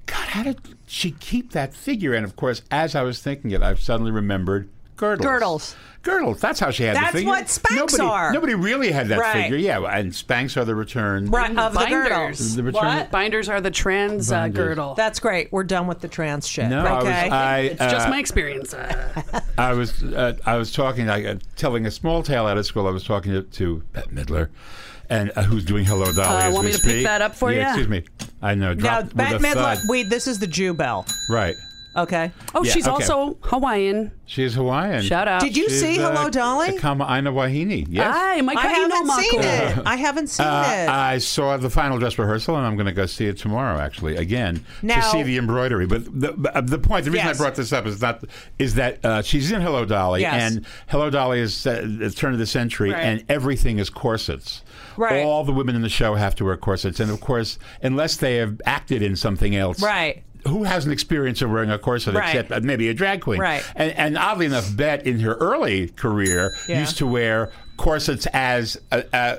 Speaker 6: God, how did she keep that figure? And of course, as I was thinking it, I've suddenly remembered girdles.
Speaker 1: Girdles.
Speaker 6: Girdles. That's how she had
Speaker 1: That's
Speaker 6: the figure.
Speaker 1: what Spanx
Speaker 6: nobody,
Speaker 1: are.
Speaker 6: Nobody really had that
Speaker 1: Right.
Speaker 6: figure. Yeah. And Spanx are the return.
Speaker 1: Right, of the
Speaker 2: Binders.
Speaker 1: girdles.
Speaker 6: The return-
Speaker 1: What?
Speaker 2: Binders are the trans uh,
Speaker 6: Binders.
Speaker 2: girdle.
Speaker 1: That's great. We're done with the trans shit.
Speaker 6: No,
Speaker 1: okay.
Speaker 6: I was,
Speaker 2: it's
Speaker 6: I, uh,
Speaker 2: just my experience. Uh,
Speaker 6: I was uh, I was talking, I, uh, telling a small tale out of school. I was talking to, to Bette Midler, and uh, who's doing Hello Dolly
Speaker 2: Uh,
Speaker 6: as
Speaker 2: want
Speaker 6: we
Speaker 2: me to
Speaker 6: speak.
Speaker 2: pick that up for
Speaker 6: yeah,
Speaker 2: ya?
Speaker 6: Excuse me. I know.
Speaker 1: now,
Speaker 6: Drop with
Speaker 1: Bette
Speaker 6: a
Speaker 1: Midler,
Speaker 6: thud.
Speaker 1: we, this is the Jew bell.
Speaker 6: right.
Speaker 1: Okay.
Speaker 2: oh,
Speaker 6: Yeah,
Speaker 2: she's
Speaker 6: okay.
Speaker 2: also Hawaiian.
Speaker 6: She's Hawaiian.
Speaker 2: Shout out.
Speaker 1: Did you
Speaker 6: She's,
Speaker 1: see
Speaker 6: uh,
Speaker 1: Hello Dolly?
Speaker 6: Kama Aina Wahine. Yes.
Speaker 2: Hi, my
Speaker 1: I
Speaker 2: kahino
Speaker 1: haven't seen
Speaker 2: mako.
Speaker 1: it. I haven't seen
Speaker 6: Uh,
Speaker 1: it.
Speaker 6: I saw the final dress rehearsal, and I'm going to go see it tomorrow. Actually, again to
Speaker 1: Now-
Speaker 6: see the embroidery. But the but the point, the reason
Speaker 1: Yes.
Speaker 6: I brought this up is not is that uh, she's in Hello Dolly,
Speaker 1: Yes.
Speaker 6: and Hello Dolly is uh, the turn of the century,
Speaker 1: Right.
Speaker 6: and everything is corsets.
Speaker 1: Right.
Speaker 6: All the women in the show have to wear corsets, and of course, unless they have acted in something else,
Speaker 1: Right.
Speaker 6: Who has an experience of wearing a corset
Speaker 1: Right.
Speaker 6: except uh, maybe a drag queen?
Speaker 1: Right.
Speaker 6: And, and oddly enough, Bette in her early career
Speaker 1: Yeah.
Speaker 6: used to wear corsets as uh, uh,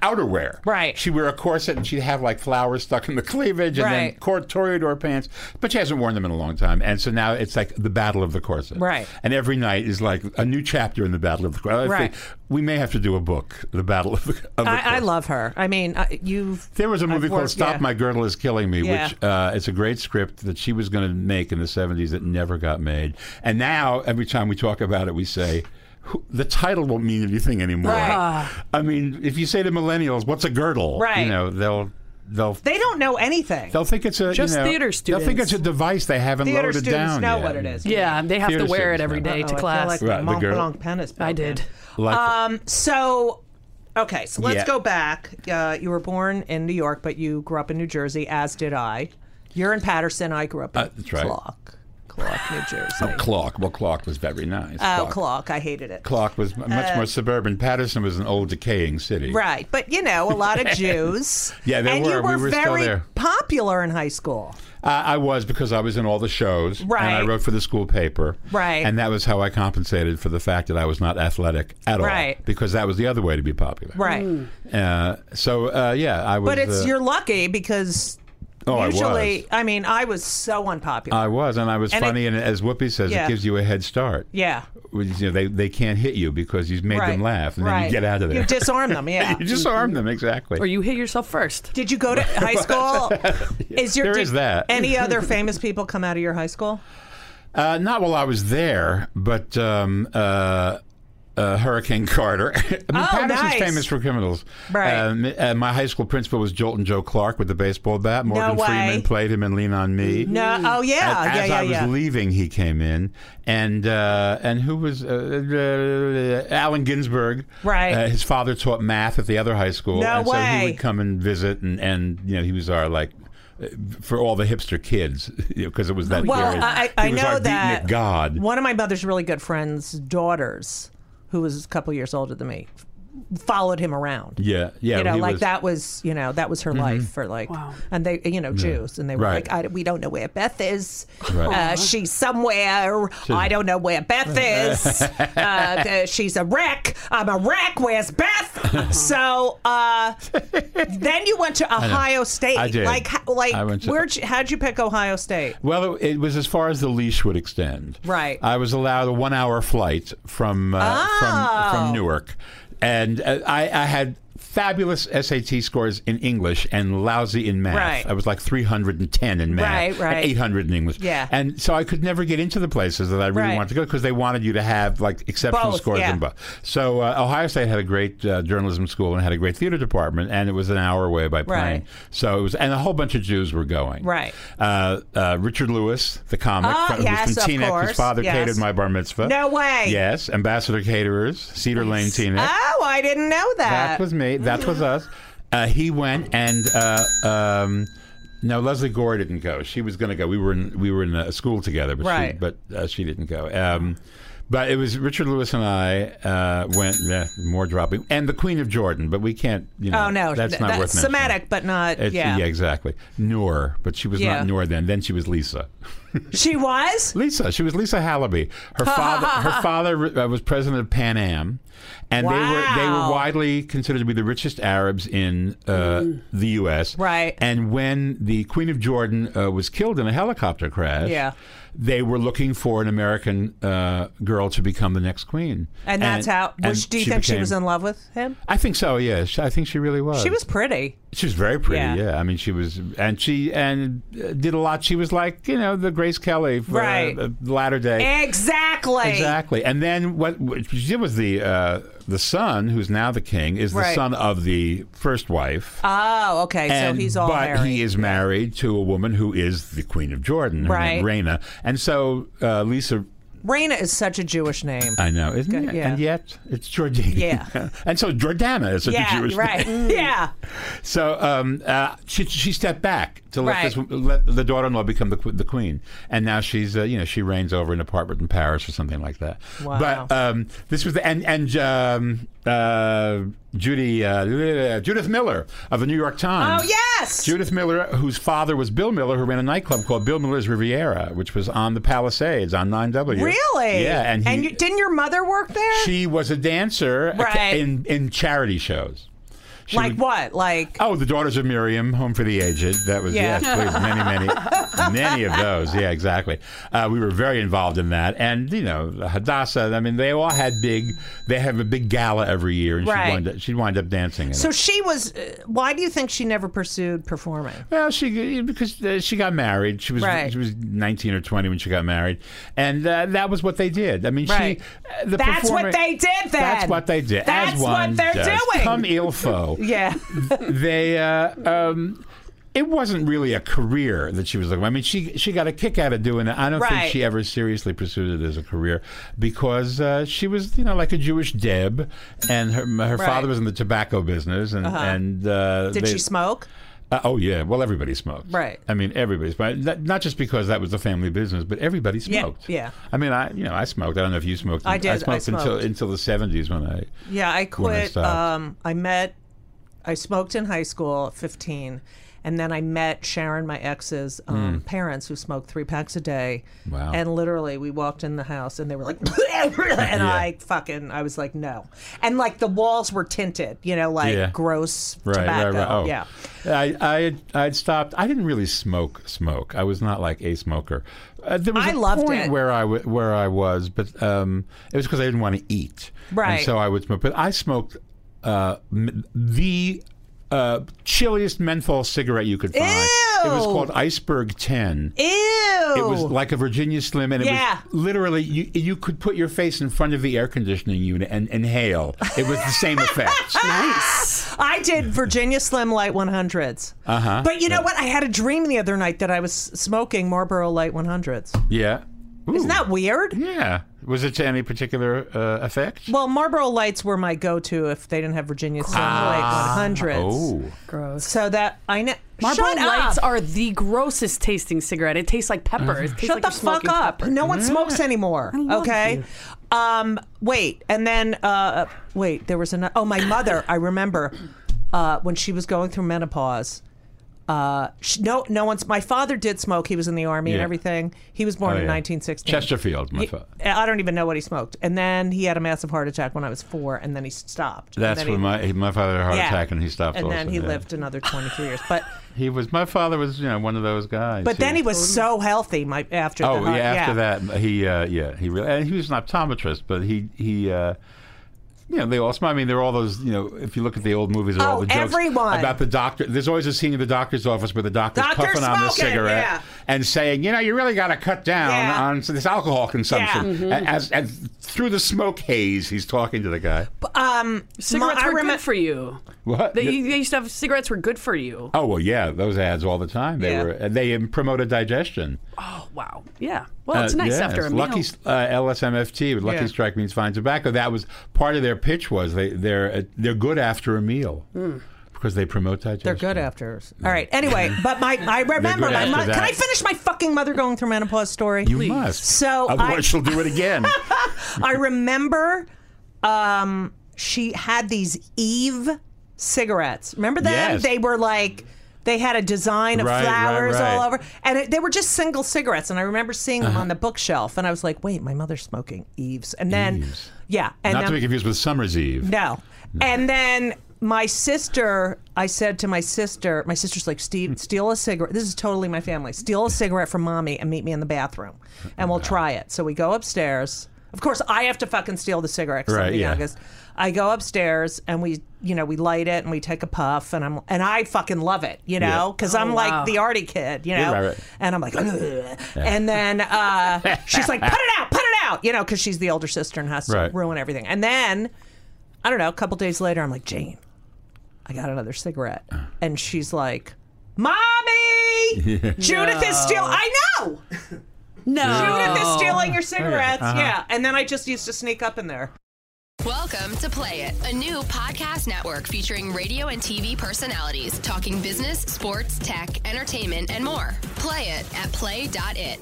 Speaker 6: outerwear.
Speaker 1: Right.
Speaker 6: She wear a corset and she'd have like flowers stuck in the cleavage and then
Speaker 1: Right.
Speaker 6: cor- toreador pants, but she hasn't worn them in a long time. And so now it's like the battle of the corset.
Speaker 1: Right.
Speaker 6: And every night is like a new chapter in the battle of the corset. I
Speaker 1: Right.
Speaker 6: think We may have to do a book, The Battle of the, of the
Speaker 1: I, I
Speaker 6: Corset.
Speaker 1: love her. I mean, uh, you've.
Speaker 6: There was a movie
Speaker 1: I've
Speaker 6: called
Speaker 1: worked-
Speaker 6: Stop
Speaker 1: yeah.
Speaker 6: My Girdle Is Killing Me,
Speaker 1: Yeah.
Speaker 6: which uh, it's a great script that she was going to make in the 70s that never got made. And now, every time we talk about it, we say, "Who- the title won't mean anything anymore.
Speaker 1: Right.
Speaker 6: I mean, if you say to millennials, what's a girdle?
Speaker 1: Right.
Speaker 6: You know, they'll, they'll,
Speaker 1: They don't know anything.
Speaker 6: they'll think it's a,
Speaker 2: Just
Speaker 6: you know,
Speaker 2: theater
Speaker 6: They'll think it's a
Speaker 2: students.
Speaker 6: device they haven't
Speaker 1: Theater
Speaker 6: loaded
Speaker 1: students
Speaker 6: down
Speaker 1: know
Speaker 6: yet.
Speaker 1: what it is.
Speaker 2: Yeah, they have to
Speaker 6: Theater
Speaker 2: wear it
Speaker 6: students
Speaker 2: every
Speaker 6: now.
Speaker 2: day
Speaker 1: Oh,
Speaker 2: to
Speaker 1: I
Speaker 2: class.
Speaker 1: Feel like
Speaker 6: Right, the
Speaker 1: Mont
Speaker 6: girl-
Speaker 1: Blanc pen is
Speaker 2: I
Speaker 1: broken.
Speaker 2: did.
Speaker 6: Like
Speaker 1: Um, so, okay, so let's
Speaker 6: Yeah.
Speaker 1: go back. Uh, you were born in New York, but you grew up in New Jersey, as did I. You're in Patterson. I grew up in
Speaker 6: Uh, that's right. Oh,
Speaker 1: Clock, Clock, New Jersey.
Speaker 6: the clock. Well, clock was very nice.
Speaker 1: Oh, Clock. I hated it.
Speaker 6: Clock was m- much more suburban. Patterson was an old decaying city.
Speaker 1: Right, but you know, a lot of Jews.
Speaker 6: Yeah, there
Speaker 1: and
Speaker 6: were.
Speaker 1: You
Speaker 6: We
Speaker 1: were,
Speaker 6: were still
Speaker 1: very
Speaker 6: there.
Speaker 1: popular in high school.
Speaker 6: I, I was because I was in all the shows, and I
Speaker 1: Right.
Speaker 6: wrote for the school paper,
Speaker 1: Right.
Speaker 6: and that was how I compensated for the fact that I was not athletic at all,
Speaker 1: Right.
Speaker 6: Because that was the other way to be popular,
Speaker 1: Right,
Speaker 6: Uh, so uh, yeah, I was.
Speaker 1: but it's
Speaker 6: uh,
Speaker 1: you're lucky because
Speaker 6: oh, I
Speaker 1: usually,
Speaker 6: was.
Speaker 1: I, mean, I was so unpopular.
Speaker 6: I was, and I was
Speaker 1: And it-
Speaker 6: funny, and as Whoopi says,
Speaker 1: Yeah.
Speaker 6: it gives you a head start.
Speaker 1: yeah,
Speaker 6: Which, you know, they they can't hit you because you've made
Speaker 1: right.
Speaker 6: them laugh, and
Speaker 1: right.
Speaker 6: then you get out of there.
Speaker 1: You disarm them. Yeah,
Speaker 6: You disarm them exactly.
Speaker 2: Or you hit yourself first.
Speaker 1: Did you go to high school? Is your
Speaker 6: There
Speaker 1: did
Speaker 6: is that.
Speaker 1: any other famous people come out of your high school?
Speaker 6: Uh, not while I was there, but um, uh, uh, Hurricane Carter. I mean, Patterson's
Speaker 1: Oh, nice.
Speaker 6: famous for criminals.
Speaker 1: Right.
Speaker 6: Um, uh, my high school principal was Jolton Joe Clark with the baseball bat. Morgan
Speaker 1: way.
Speaker 6: Freeman played him in Lean on Me.
Speaker 1: No. Oh yeah.
Speaker 6: As,
Speaker 1: yeah.
Speaker 6: as
Speaker 1: Yeah.
Speaker 6: I was
Speaker 1: yeah.
Speaker 6: leaving, he came in, and uh, and who was uh, uh, Allen Ginsberg?
Speaker 1: Right.
Speaker 6: Uh, his father taught math at the other high school,
Speaker 1: No
Speaker 6: and so he
Speaker 1: way.
Speaker 6: would come and visit, and, and you know he was our like uh, for all the hipster kids because it was that.
Speaker 1: well,
Speaker 6: period.
Speaker 1: I,
Speaker 6: He
Speaker 1: I I
Speaker 6: was
Speaker 1: know
Speaker 6: our
Speaker 1: that
Speaker 6: beatnik God.
Speaker 1: One of my mother's really good friends' daughters, who was a couple years older than me, f- followed him around.
Speaker 6: Yeah, yeah.
Speaker 1: you know,
Speaker 6: he
Speaker 1: like
Speaker 6: was- Mm-hmm.
Speaker 1: that was, you know, that was her life for like, and they, you know, Jews, and they were
Speaker 6: Right.
Speaker 1: like, I, we don't know where Beth is.
Speaker 6: Right.
Speaker 1: Uh, she's somewhere. I don't know where Beth is. uh, th- she's a wreck. I'm a wreck. Where's Beth? so uh, then you went to Ohio State.
Speaker 6: I did.
Speaker 1: Like, ho- like,
Speaker 6: I went to-
Speaker 1: where'd you, how'd you pick Ohio State?
Speaker 6: Well, it, it was as far as the leash would extend.
Speaker 1: Right.
Speaker 6: I was allowed a
Speaker 7: Oh.
Speaker 6: one-hour flight from uh, from from Newark, and uh, I, I had fabulous SAT scores in English and lousy in math.
Speaker 7: Right.
Speaker 6: I was like 310 in math,
Speaker 7: Right,
Speaker 6: and
Speaker 7: right.
Speaker 6: 800 in English.
Speaker 7: Yeah.
Speaker 6: And so I could never get into the places that I really
Speaker 7: Right.
Speaker 6: wanted to go because they wanted you to have like exceptional
Speaker 7: Both,
Speaker 6: scores
Speaker 7: yeah.
Speaker 6: in both. So uh, Ohio State had a great uh, journalism school and had a great theater department, and it was an hour away by plane.
Speaker 7: Right.
Speaker 6: So it was, and a whole bunch of Jews were going.
Speaker 7: Right.
Speaker 6: Uh, uh, Richard Lewis, the comic,
Speaker 7: Ah,
Speaker 6: from, who's
Speaker 7: yes,
Speaker 6: from
Speaker 7: of
Speaker 6: Teaneck,
Speaker 7: course,
Speaker 6: whose father
Speaker 7: yes.
Speaker 6: catered my bar mitzvah.
Speaker 7: No way.
Speaker 6: Yes, Ambassador Caterers, Cedar Lane Teaneck.
Speaker 7: Oh, I didn't know that.
Speaker 6: That was me. That was us. Uh, he went and uh, um, no, Leslie Gore didn't go. She was going to go. We were in we were in a school together, but she,
Speaker 7: Right.
Speaker 6: but uh, she didn't go. Um, but it was Richard Lewis and I uh, went. eh, more dropping and the Queen of Jordan, but we can't. You know,
Speaker 7: oh no,
Speaker 6: that's not worth mentioning.
Speaker 7: Semitic, but not
Speaker 6: It's-
Speaker 7: yeah.
Speaker 6: exactly. Noor, but she was
Speaker 7: Yeah.
Speaker 6: not Noor then. Then she was Lisa.
Speaker 7: She was.
Speaker 6: Lisa. She was Lisa Hallaby. Her father, her father uh, was president of Pan Am, and they were they were
Speaker 7: Wow.
Speaker 6: widely considered to be the richest Arabs in uh, the U.S.
Speaker 7: Mm. Right.
Speaker 6: And when the Queen of Jordan uh, was killed in a helicopter crash,
Speaker 7: Yeah.
Speaker 6: they were looking for an American uh, girl to become the next queen.
Speaker 7: And that's how.
Speaker 6: and
Speaker 7: Which do you think she was
Speaker 6: became-
Speaker 7: in love with him?
Speaker 6: I think so. Yeah, She- I think she really was.
Speaker 7: She was pretty.
Speaker 6: She was very pretty,
Speaker 7: Yeah.
Speaker 6: yeah. I mean, she was, and she and uh, did a lot. She was like, you know, the Grace Kelly, for,
Speaker 7: Right.
Speaker 6: uh, latter day.
Speaker 7: Exactly.
Speaker 6: Exactly. And then what, what she did was the uh, the son, who's now the king, is the
Speaker 7: Right.
Speaker 6: son of the first wife.
Speaker 7: Oh, okay.
Speaker 6: and,
Speaker 7: so he's all
Speaker 6: but
Speaker 7: married.
Speaker 6: he is married to a woman who is the Queen of Jordan, her name
Speaker 7: Right.
Speaker 6: Reina. And so uh, Lisa,
Speaker 7: Raina is such a Jewish name.
Speaker 6: I know, isn't
Speaker 7: Good,
Speaker 6: it?
Speaker 7: yeah.
Speaker 6: And yet it's Jordana.
Speaker 7: Yeah.
Speaker 6: and so Jordana is such
Speaker 7: yeah,
Speaker 6: a Jewish
Speaker 7: right. Mm.
Speaker 6: name.
Speaker 7: yeah.
Speaker 6: So um, uh, she she stepped back to let
Speaker 7: Right.
Speaker 6: this let the daughter-in-law become the qu- the queen, and now she's uh, you know she reigns over an apartment in Paris or something like that.
Speaker 7: Wow.
Speaker 6: But um, this was the and and um, uh, Judy uh, Judith Miller of the New York Times.
Speaker 7: Oh yes.
Speaker 6: Judith Miller, whose father was Bill Miller, who ran a nightclub called Bill Miller's Riviera, which was on the Palisades on 9W.
Speaker 7: Really?
Speaker 6: Yeah, and, he,
Speaker 7: you, didn't your mother work there?
Speaker 6: she was a dancer
Speaker 7: Right.
Speaker 6: in in charity shows. She
Speaker 7: like
Speaker 6: would-
Speaker 7: what? Like
Speaker 6: Oh, the daughters of Miriam, Home for the Aged. That was
Speaker 7: Yeah.
Speaker 6: yes, please, many, many, many of those. Yeah, exactly. Uh, we were very involved in that, and you know, Hadassah. I mean, they all had big. They have a big gala every year, and
Speaker 7: Right.
Speaker 6: she wound up, she'd wind up dancing. In
Speaker 1: So
Speaker 6: it.
Speaker 1: she was. Uh, why do you think she never pursued performing?
Speaker 6: Well, she because uh, she got married. She was
Speaker 7: Right.
Speaker 6: she was nineteen or twenty when she got married, and uh, that was what they did. I mean,
Speaker 7: Right.
Speaker 6: she uh, the
Speaker 7: That's what
Speaker 6: performer-
Speaker 7: they did then.
Speaker 6: That's what they did.
Speaker 7: That's
Speaker 6: as
Speaker 7: what
Speaker 6: one
Speaker 7: they're
Speaker 6: does.
Speaker 7: doing.
Speaker 6: Come ilfo.
Speaker 7: yeah.
Speaker 6: they uh, um, it wasn't really a career that she was looking. I mean, she she got a kick out of doing it. I don't
Speaker 7: Right.
Speaker 6: think she ever seriously pursued it as a career because uh, she was you know like a Jewish Deb, and her her father was in the tobacco business,
Speaker 7: Uh-huh.
Speaker 6: and and uh,
Speaker 1: Did
Speaker 6: they-
Speaker 1: she smoke?
Speaker 6: Uh, oh yeah, well everybody smoked.
Speaker 7: Right.
Speaker 6: I mean everybody smoked. Not, not just because that was the family business, but everybody
Speaker 7: Yeah,
Speaker 6: smoked.
Speaker 7: yeah.
Speaker 6: I mean I you know I smoked. I don't know if you smoked.
Speaker 7: I did. I
Speaker 6: smoked, until
Speaker 7: smoked.
Speaker 6: until the seventies when I.
Speaker 1: Yeah, I quit.
Speaker 6: stopped.
Speaker 1: um, I met. I smoked in high school at 15, and then I met Sharon, my ex's um, parents, who smoked three packs a day.
Speaker 6: Hmm. Wow.
Speaker 1: And literally, we walked in the house, and they were like, and I fucking, I was like, no. And like the walls were tinted, you know, like
Speaker 6: Yeah.
Speaker 1: gross tobacco.
Speaker 6: Oh.
Speaker 1: Yeah.
Speaker 6: I, I had, I'd stopped. I didn't really smoke. Smoke. I was not like a smoker. Uh, there was
Speaker 1: I
Speaker 6: a
Speaker 1: loved
Speaker 6: point
Speaker 1: it.
Speaker 6: where I w- where I was, but um, it was because I didn't want to eat.
Speaker 1: Right.
Speaker 6: And so I would smoke. But I smoked uh, m- the. Uh, chilliest menthol cigarette you could find. It was
Speaker 1: Ew.
Speaker 6: called Iceberg Ten.
Speaker 1: Ew.
Speaker 6: It was like a Virginia Slim, and it
Speaker 1: Yeah.
Speaker 6: was literally you, you could put your face in front of the air conditioning unit and inhale. It was the same effect.
Speaker 2: Nice.
Speaker 1: I did Virginia Slim Light 100s. Uh huh.
Speaker 6: Uh-huh.
Speaker 1: But you know what? I had a dream the other night that I was smoking Marlboro Light 100s.
Speaker 6: Yeah.
Speaker 1: Isn't that weird?
Speaker 6: Yeah. Was it to any particular uh, effect?
Speaker 1: Well, Marlboro Lights were my go-to if they didn't have Virginia Slim Light 100s.
Speaker 6: Ah. oh.
Speaker 2: Gross.
Speaker 1: So that I know.
Speaker 2: Marlboro
Speaker 1: Shut
Speaker 2: Lights
Speaker 1: up.
Speaker 2: are the grossest tasting cigarette. It tastes like pepper.
Speaker 6: Uh-huh.
Speaker 2: It tastes
Speaker 1: Shut
Speaker 2: like
Speaker 1: the
Speaker 2: you're smoking
Speaker 1: fuck up.
Speaker 2: pepper. Mm.
Speaker 1: No one smokes anymore.
Speaker 2: love
Speaker 1: okay. Um. Wait. And then. Uh. Wait. There was another. Oh, my mother. I remember. Uh, when she was going through menopause. Uh, sh no, no one's. My father did smoke. He was in the army and
Speaker 6: Yeah.
Speaker 1: everythly. He was born
Speaker 6: Oh,
Speaker 1: in
Speaker 6: yeah.
Speaker 1: 1916.
Speaker 6: Chesterfield, my fa-
Speaker 1: I don't even know what he smoked. And then he had a massive heart attack when I was four, and then he stopped. And
Speaker 6: That's
Speaker 1: then
Speaker 6: when
Speaker 1: he-
Speaker 6: my he- my father had a heart
Speaker 1: Yeah.
Speaker 6: attack and he stopped.
Speaker 1: And
Speaker 6: also,
Speaker 1: then he
Speaker 6: yeah.
Speaker 1: lived another 23 years. But
Speaker 6: He was my father was you know one of those guys.
Speaker 1: but then he
Speaker 2: Oh,
Speaker 1: was so healthy. My after the
Speaker 6: Oh
Speaker 1: heart,
Speaker 6: yeah. After that, he uh, yeah he really and he was an optometrist, but he he. Uh, you know, they all smile. I mean, they're all those, you know, if you look at the old movies, they're all
Speaker 1: Oh,
Speaker 6: the jokes
Speaker 1: everyone.
Speaker 6: about the doctor. There's always a scene in the doctor's office where the doctor's
Speaker 1: Doctor
Speaker 6: puffing on this
Speaker 1: smoking,
Speaker 6: cigarette
Speaker 1: yeah.
Speaker 6: and saying, you know, you really got to cut down
Speaker 1: Yeah.
Speaker 6: on this alcohol consumption.
Speaker 1: Yeah. Mm-hmm.
Speaker 6: And As, as through the smoke haze, he's talking to the guy.
Speaker 1: Um,
Speaker 2: Cigarettes
Speaker 1: my- I
Speaker 2: were
Speaker 1: remem-
Speaker 2: good for you.
Speaker 6: What?
Speaker 2: They, they used to have cigarettes were good for you.
Speaker 6: Oh well, yeah, those ads all the time. They
Speaker 1: Yeah.
Speaker 6: were and they promoted digestion.
Speaker 2: Oh wow, yeah. Well, it's
Speaker 6: Uh,
Speaker 2: nice
Speaker 6: yes.
Speaker 2: after a meal.
Speaker 6: Lucky uh, LSMFT with Lucky
Speaker 1: Yeah.
Speaker 6: Strike means fine tobacco. That was part of their pitch was they they're uh, they're good after a meal
Speaker 2: Hmm.
Speaker 6: because they promote digestion.
Speaker 1: They're good after. All right. Anyway, but my I remember
Speaker 6: good
Speaker 1: my
Speaker 6: after
Speaker 1: mo-
Speaker 6: that.
Speaker 1: can I finish my fucking mother going through menopause story?
Speaker 6: You must.
Speaker 1: So I-
Speaker 6: otherwise she'll do it again.
Speaker 1: I remember um, she had these Eve cigarettes. Remember them?
Speaker 6: Yes.
Speaker 1: They were like they had a design of
Speaker 6: Right, right,
Speaker 1: flowers all
Speaker 6: right. Uh-huh.
Speaker 1: over, and it, they were just single cigarettes. And I remember seeing them on the bookshelf, and I was like, "Wait, my mother's smoking Eves." And then,
Speaker 6: Eves.
Speaker 1: yeah, and
Speaker 6: Not to
Speaker 1: then-
Speaker 6: be confused with Summer's Eve.
Speaker 1: no. And then my sister, I said to my sister, my sister's like, Steve, steal a cigarette. This is totally my family. Steal a cigarette from mommy and meet me in the bathroom and we'll try it. So we go upstairs. Of course, I have to fucking steal the cigarette 'cause I'm
Speaker 6: Right,
Speaker 1: the
Speaker 6: yeah.
Speaker 1: youngest. I go upstairs and we, you know, we light it and we take a puff and I'm and I fucking love it, you know, because I'm like
Speaker 2: wow.
Speaker 1: the arty kid, you know,
Speaker 6: right, right.
Speaker 1: and I'm like, "Ugh." and then uh, she's like, put it out, put it out, you know, because she's the older sister and has to
Speaker 6: Right.
Speaker 1: ruin everything. And then I don't know, a couple days later, I'm like, Jane, I got another cigarette.
Speaker 6: Uh.
Speaker 1: And she's like, Mommy! Judith is still, I know! Judith is
Speaker 2: no.
Speaker 1: stealing your cigarettes.
Speaker 6: Uh-huh.
Speaker 1: Yeah. And then I just used to sneak up in there.
Speaker 8: Welcome to Play It, a new podcast network featuring radio and TV personalities talking business, sports, tech, entertainment, and more. Play it at play.it.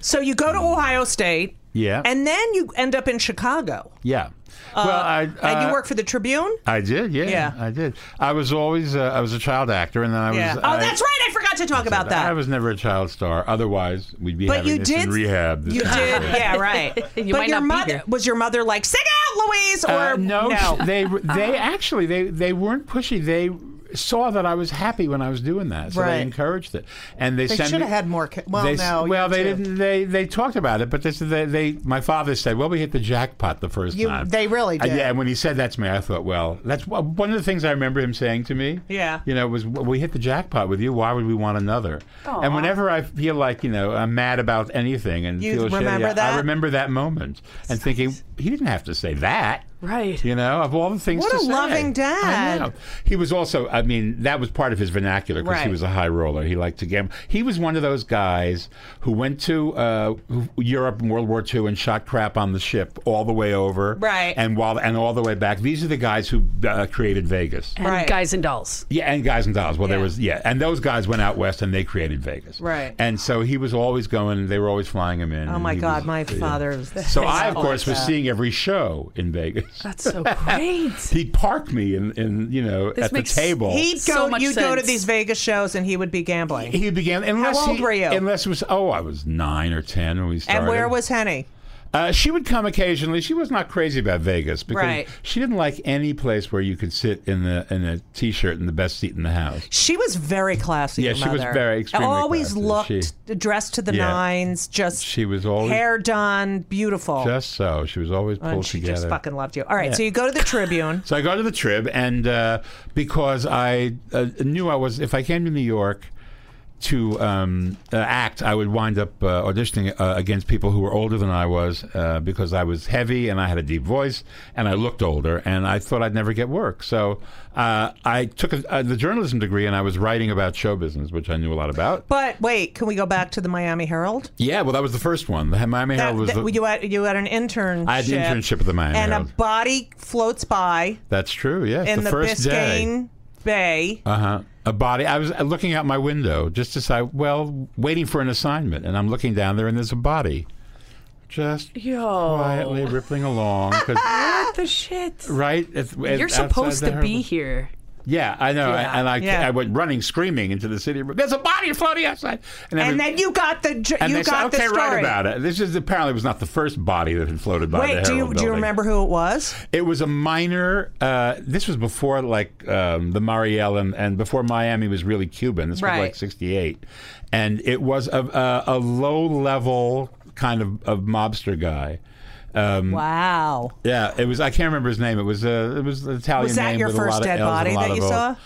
Speaker 1: So you go to Ohio State,
Speaker 6: Mm. Yeah.
Speaker 1: and then you end up in Chicago.
Speaker 6: yeah. well, I,
Speaker 1: and
Speaker 6: uh,
Speaker 1: you work for the Tribune?
Speaker 6: I did, yeah,
Speaker 1: Yeah.
Speaker 6: I did. I was always uh, I was a child actor, and then I was.
Speaker 1: Yeah. oh,
Speaker 6: I-
Speaker 1: that's right. I forgot to talk about
Speaker 6: I
Speaker 1: that.
Speaker 6: was never a child star. Otherwise, we'd be
Speaker 1: but
Speaker 6: having
Speaker 1: you
Speaker 6: this
Speaker 1: did
Speaker 6: in rehab. this
Speaker 1: You
Speaker 6: time.
Speaker 1: did, yeah, right.
Speaker 2: You
Speaker 1: but
Speaker 2: might
Speaker 1: your
Speaker 2: not be
Speaker 1: mother
Speaker 2: here.
Speaker 1: was your mother like, sing out, Louise, or
Speaker 6: Uh, no, sh- they they actually they they weren't pushy. They saw that I was happy when I was doing that, so
Speaker 1: Right.
Speaker 6: they encouraged it. And they,
Speaker 1: They
Speaker 6: sent
Speaker 1: should
Speaker 6: me-
Speaker 1: have had more ca- well,
Speaker 6: they, s-
Speaker 1: no,
Speaker 6: well,
Speaker 1: you
Speaker 6: they
Speaker 1: too.
Speaker 6: didn't. They they talked about it, but this they, they my father said, "Well, we hit the jackpot the first
Speaker 1: You-
Speaker 6: time."
Speaker 1: they really
Speaker 6: Uh,
Speaker 1: did.
Speaker 6: yeah, and when he said that to me, I thought, "Well, that's wha- one of the things I remember him saying to me."
Speaker 1: Yeah.
Speaker 6: you know, was "Well, we hit the jackpot with you. Why would we want another? And whenever I feel like you know I'm mad about anything and
Speaker 1: You
Speaker 6: feel
Speaker 1: remember
Speaker 6: shitty, I-
Speaker 1: that?
Speaker 6: I remember that moment and thinking he didn't have to say that.
Speaker 2: Right.
Speaker 6: You know, of all the things
Speaker 1: What
Speaker 6: to
Speaker 1: a
Speaker 6: say.
Speaker 1: loving
Speaker 6: I
Speaker 1: dad.
Speaker 6: know. He was also, I mean, that was part of his vernacular because
Speaker 1: Right.
Speaker 6: he was a high roller. He liked to gamble. He was one of those guys who went to uh, who- Europe in World War II and shot crap on the ship all the way over.
Speaker 1: Right.
Speaker 6: And while and all the way back. These are the guys who uh, created Vegas.
Speaker 2: And
Speaker 1: Right.
Speaker 2: guys and dolls.
Speaker 6: Yeah, and guys and dolls. Well, there was yeah, and those guys went out west and they created Vegas.
Speaker 1: Right.
Speaker 6: And so he was always going. They were always flying him in.
Speaker 1: Oh
Speaker 6: and
Speaker 1: my
Speaker 6: he
Speaker 1: God,
Speaker 6: was-
Speaker 1: my
Speaker 6: yeah.
Speaker 1: father was.
Speaker 6: So I, of
Speaker 1: Oh,
Speaker 6: course, was
Speaker 1: that.
Speaker 6: seeing every show in Vegas.
Speaker 2: That's so great.
Speaker 6: He'd park me in, in you know, at
Speaker 2: makes-
Speaker 6: the table.
Speaker 1: He'd go.
Speaker 2: So much
Speaker 1: you'd go to
Speaker 2: sense.
Speaker 1: these Vegas shows, and he would be gambling.
Speaker 6: he began. Unless
Speaker 1: old
Speaker 6: he-
Speaker 1: were you?
Speaker 6: Unless it was oh, I was nine or ten when we started.
Speaker 1: and where was Henny?
Speaker 6: Uh, she would come occasionally. She was not crazy about Vegas because
Speaker 1: Right.
Speaker 6: she didn't like any place where you could sit in the in a t-shirt in the best seat in the house.
Speaker 1: She was very classy.
Speaker 6: Yeah,
Speaker 1: your
Speaker 6: she was
Speaker 1: mother.
Speaker 6: very extremely
Speaker 1: Always
Speaker 6: classy.
Speaker 1: looked dressed to the
Speaker 6: Yeah.
Speaker 1: nines. Just
Speaker 6: She was always-
Speaker 1: hair done, beautiful.
Speaker 6: Just so she was always pulled
Speaker 1: and she
Speaker 6: together.
Speaker 1: just fucking loved you. All right, so you go to the Tribune.
Speaker 6: So I go to the Trib, and uh, because I uh, knew I was, if I came to New York to um, uh, act, I would wind up uh, auditioning uh, against people who were older than I was uh, because I was heavy and I had a deep voice and I looked older, and I thought I'd never get work. So uh, I took a, uh, the journalism degree and I was writing about show business, which I knew a lot about.
Speaker 1: But wait, can we go back to the Miami Herald?
Speaker 6: Yeah, well, that was the first one. The Miami
Speaker 1: That-
Speaker 6: Herald was.
Speaker 1: that-
Speaker 6: the,
Speaker 1: you had you had an internship.
Speaker 6: I had an internship at the Miami
Speaker 1: and a
Speaker 6: Herald.
Speaker 1: body floats by
Speaker 6: that's true. Yes,
Speaker 1: in the,
Speaker 6: first day.
Speaker 1: Biscayne Bay.
Speaker 6: Uh huh. A body. I was looking out my window just to say, well, waiting for an assignment, and I'm looking down there, and there's a body, just
Speaker 2: Yo.
Speaker 6: quietly rippling along. 'cause-
Speaker 2: What the shit?
Speaker 6: right. at- at-
Speaker 2: You're
Speaker 6: outside
Speaker 2: supposed
Speaker 6: the
Speaker 2: to
Speaker 6: Herald-
Speaker 2: be here.
Speaker 6: Yeah, I know. I- and I,
Speaker 1: Yeah.
Speaker 6: I went running, screaming into the city. There's a body floating outside, every-
Speaker 1: and then you got the ju-
Speaker 6: and
Speaker 1: you
Speaker 6: they said,
Speaker 1: got
Speaker 6: okay,
Speaker 1: the story.
Speaker 6: right about it. This is apparently was not the first body that had floated by. the
Speaker 1: Wait, do you
Speaker 6: Herald
Speaker 1: do you
Speaker 6: building.
Speaker 1: remember who it was?
Speaker 6: It was a minor. Uh, this was before like um, the Mariel and, and before Miami was really Cuban. This
Speaker 1: Right.
Speaker 6: was like '68, uh, and it was a, a, a low level kind of, of mobster guy. Um,
Speaker 9: Wow.
Speaker 6: Yeah, it was. I can't remember his name. It was a. It was an Italian
Speaker 1: Was that
Speaker 6: name
Speaker 1: your
Speaker 6: with a lot
Speaker 1: first
Speaker 6: of
Speaker 1: dead
Speaker 6: L's and
Speaker 1: body
Speaker 6: a lot
Speaker 1: that
Speaker 6: of
Speaker 1: you
Speaker 6: O's.
Speaker 1: saw?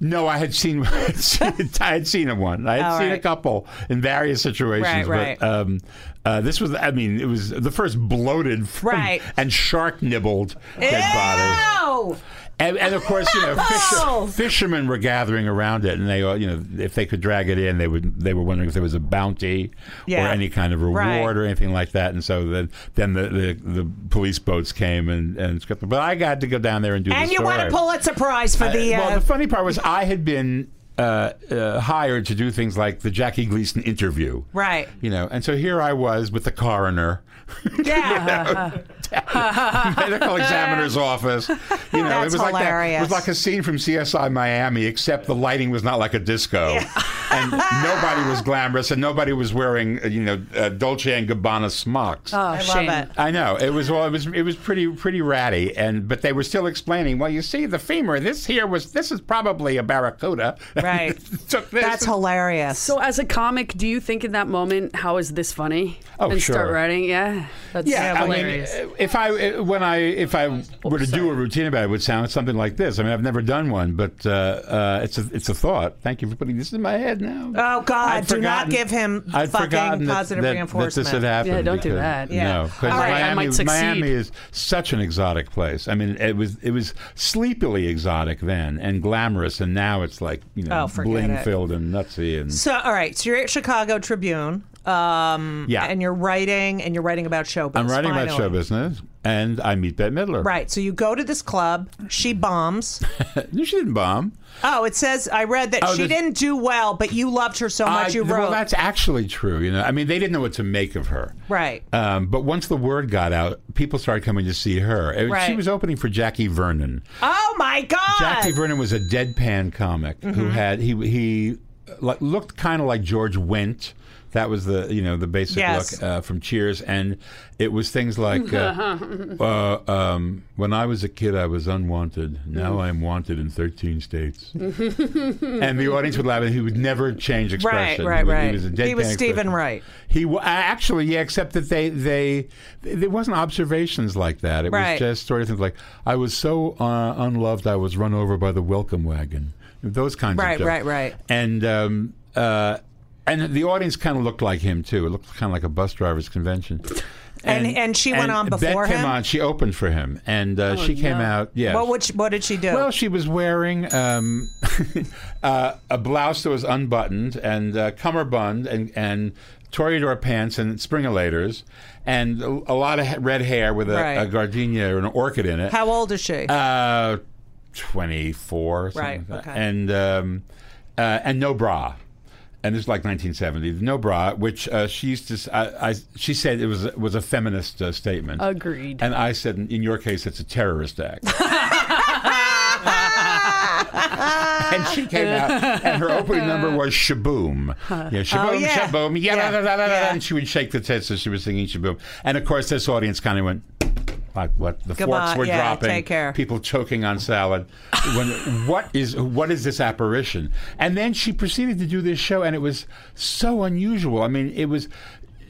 Speaker 6: No, I had seen. I had seen- I had seen him one. I had
Speaker 9: All
Speaker 6: seen a
Speaker 9: right.
Speaker 6: couple in various situations.
Speaker 9: Right, right.
Speaker 6: But um, uh, this was. I mean, it was the first bloated from,
Speaker 9: Right.
Speaker 6: and shark nibbled dead body.
Speaker 9: Ow!
Speaker 6: And, and of course, you know,
Speaker 9: Apples!
Speaker 6: fish, fishermen were gathering around it, and they, uh, you know, if they could drag it in, they would. They were wondering if there was a bounty
Speaker 1: Yeah.
Speaker 6: or any kind of reward
Speaker 1: Right.
Speaker 6: or anything like that. And so then, then the, the, the police boats came and and scooped them. But I got to go down there and do.
Speaker 1: And
Speaker 6: the
Speaker 1: you won a
Speaker 6: story.
Speaker 1: Pulitzer Prize for the.
Speaker 6: Uh,
Speaker 1: Uh,
Speaker 6: well, the funny part was I had been uh, uh, hired to do things like the Jackie Gleason interview,
Speaker 1: Right.
Speaker 6: You know, and so here I was with the coroner,
Speaker 1: yeah.
Speaker 6: medical examiner's office. You know,
Speaker 1: That's
Speaker 6: it was like that. It
Speaker 1: hilarious.
Speaker 6: was like a scene from CSI Miami, except the lighting was not like a disco, and nobody was glamorous, and nobody was wearing uh, you know uh, Dolce and Gabbana smocks.
Speaker 9: Oh,
Speaker 1: I
Speaker 9: shame.
Speaker 1: love it.
Speaker 6: I know it was well. It was it was pretty pretty ratty, and but they were still explaining. Well, you see, the femur. This here was this is probably a barracuda.
Speaker 1: Right.
Speaker 6: Took this.
Speaker 1: That's hilarious.
Speaker 2: So, as a comic, do you think in that moment, how is this funny?
Speaker 6: Oh,
Speaker 2: and start
Speaker 6: sure.
Speaker 2: writing? Yeah. That's
Speaker 6: Yeah, I mean, uh,
Speaker 2: hilarious.
Speaker 6: if I when I if I were to do a routine about it, it would sound something like this. I mean, I've never done one, but uh, uh, it's a it's a thought. Thank you for putting this in my head now.
Speaker 1: Oh, God,
Speaker 6: I'd
Speaker 1: do not
Speaker 6: forgotten-
Speaker 1: give him
Speaker 6: I'd
Speaker 1: fucking
Speaker 6: forgotten that-
Speaker 1: positive
Speaker 6: that, that
Speaker 1: reinforcement.
Speaker 6: this had happened.
Speaker 2: Yeah, don't do
Speaker 6: because-
Speaker 2: that.
Speaker 1: Yeah.
Speaker 6: No, because
Speaker 1: All right, I
Speaker 6: Miami,
Speaker 2: might succeed.
Speaker 6: Miami is such an exotic place. I mean, it was it was sleepily exotic then and glamorous, and now it's like you know
Speaker 1: Oh, forget
Speaker 6: bling
Speaker 1: it.
Speaker 6: filled and nutsy and
Speaker 1: So, all right. So you're at Chicago Tribune, um,
Speaker 6: Yeah.
Speaker 1: and you're writing, and you're writing about showbiz.
Speaker 6: I'm writing about show
Speaker 1: finally.
Speaker 6: business, and I meet Bette Midler.
Speaker 1: Right. So you go to this club. She bombs.
Speaker 6: No, she didn't bomb.
Speaker 1: Oh, it says I read that
Speaker 6: Oh,
Speaker 1: she
Speaker 6: the-
Speaker 1: didn't do well, but you loved her so much
Speaker 6: I-
Speaker 1: you
Speaker 6: Well,
Speaker 1: wrote.
Speaker 6: that's actually true. You know, I mean, they didn't know what to make of her.
Speaker 1: Right.
Speaker 6: Um, but once the word got out, people started coming to see her. And She
Speaker 1: Right.
Speaker 6: was opening for Jackie Vernon.
Speaker 1: oh my God. Mm-hmm.
Speaker 6: Jackie Vernon was a deadpan comic who had he he uh, like, looked kind of like George Wendt. That was the you know the basic
Speaker 1: Yes.
Speaker 6: look uh, from Cheers, and it was things like uh, uh, um, when I was a kid, I was unwanted. Now
Speaker 1: Mm.
Speaker 6: I'm wanted in 13 states, and the audience would laugh. And he would never change expression.
Speaker 1: right,
Speaker 6: he was,
Speaker 1: right.
Speaker 6: He was a
Speaker 1: He
Speaker 6: deadpan.
Speaker 1: was Stephen
Speaker 6: expression.
Speaker 1: Wright.
Speaker 6: He wa- actually, yeah, except that they they there wasn't observations like that. It
Speaker 1: Right.
Speaker 6: was just sort of things like I was so uh, unloved, I was run over by the welcome wagon. Those kinds
Speaker 1: Right,
Speaker 6: of jokes.
Speaker 1: right, right.
Speaker 6: And um, uh, and the audience kind of looked like him too. It looked kind of like a bus drivers convention.
Speaker 1: And- and she went on before
Speaker 6: Bette
Speaker 1: him? Oh,
Speaker 6: came on. She opened for him, and uh, she came out. Yeah.
Speaker 1: What would she, what did she do?
Speaker 6: Well, she was wearing um, uh, a blouse that was unbuttoned and a cummerbund and, and Toreador pants and springalators and a, a lot of ha- red hair with a,
Speaker 1: Right.
Speaker 6: a gardenia or an orchid in it.
Speaker 1: How old is she?
Speaker 6: Uh, 24, something
Speaker 1: Right,
Speaker 6: like that.
Speaker 1: okay.
Speaker 6: And, um, uh, and no bra. And this is like 1970, no bra, which uh, she used to. s- I, I- she said it was was a feminist uh, statement.
Speaker 2: Agreed.
Speaker 6: And I said, in your case, it's a terrorist act. and she came out, and her opening number was Shaboom. Yeah, Shaboom,
Speaker 1: Oh, yeah.
Speaker 6: Shaboom, yeah,
Speaker 1: Yeah,
Speaker 6: da, da, da, da, da.
Speaker 1: yeah.
Speaker 6: And she would shake the tits as she was singing Shaboom. And of course, this audience kind of went, like, what? The forks
Speaker 1: on,
Speaker 6: were
Speaker 1: yeah,
Speaker 6: dropping.
Speaker 1: take care.
Speaker 6: People choking on salad. When, what is what is this apparition? And then she proceeded to do this show, and it was so unusual. I mean, it was.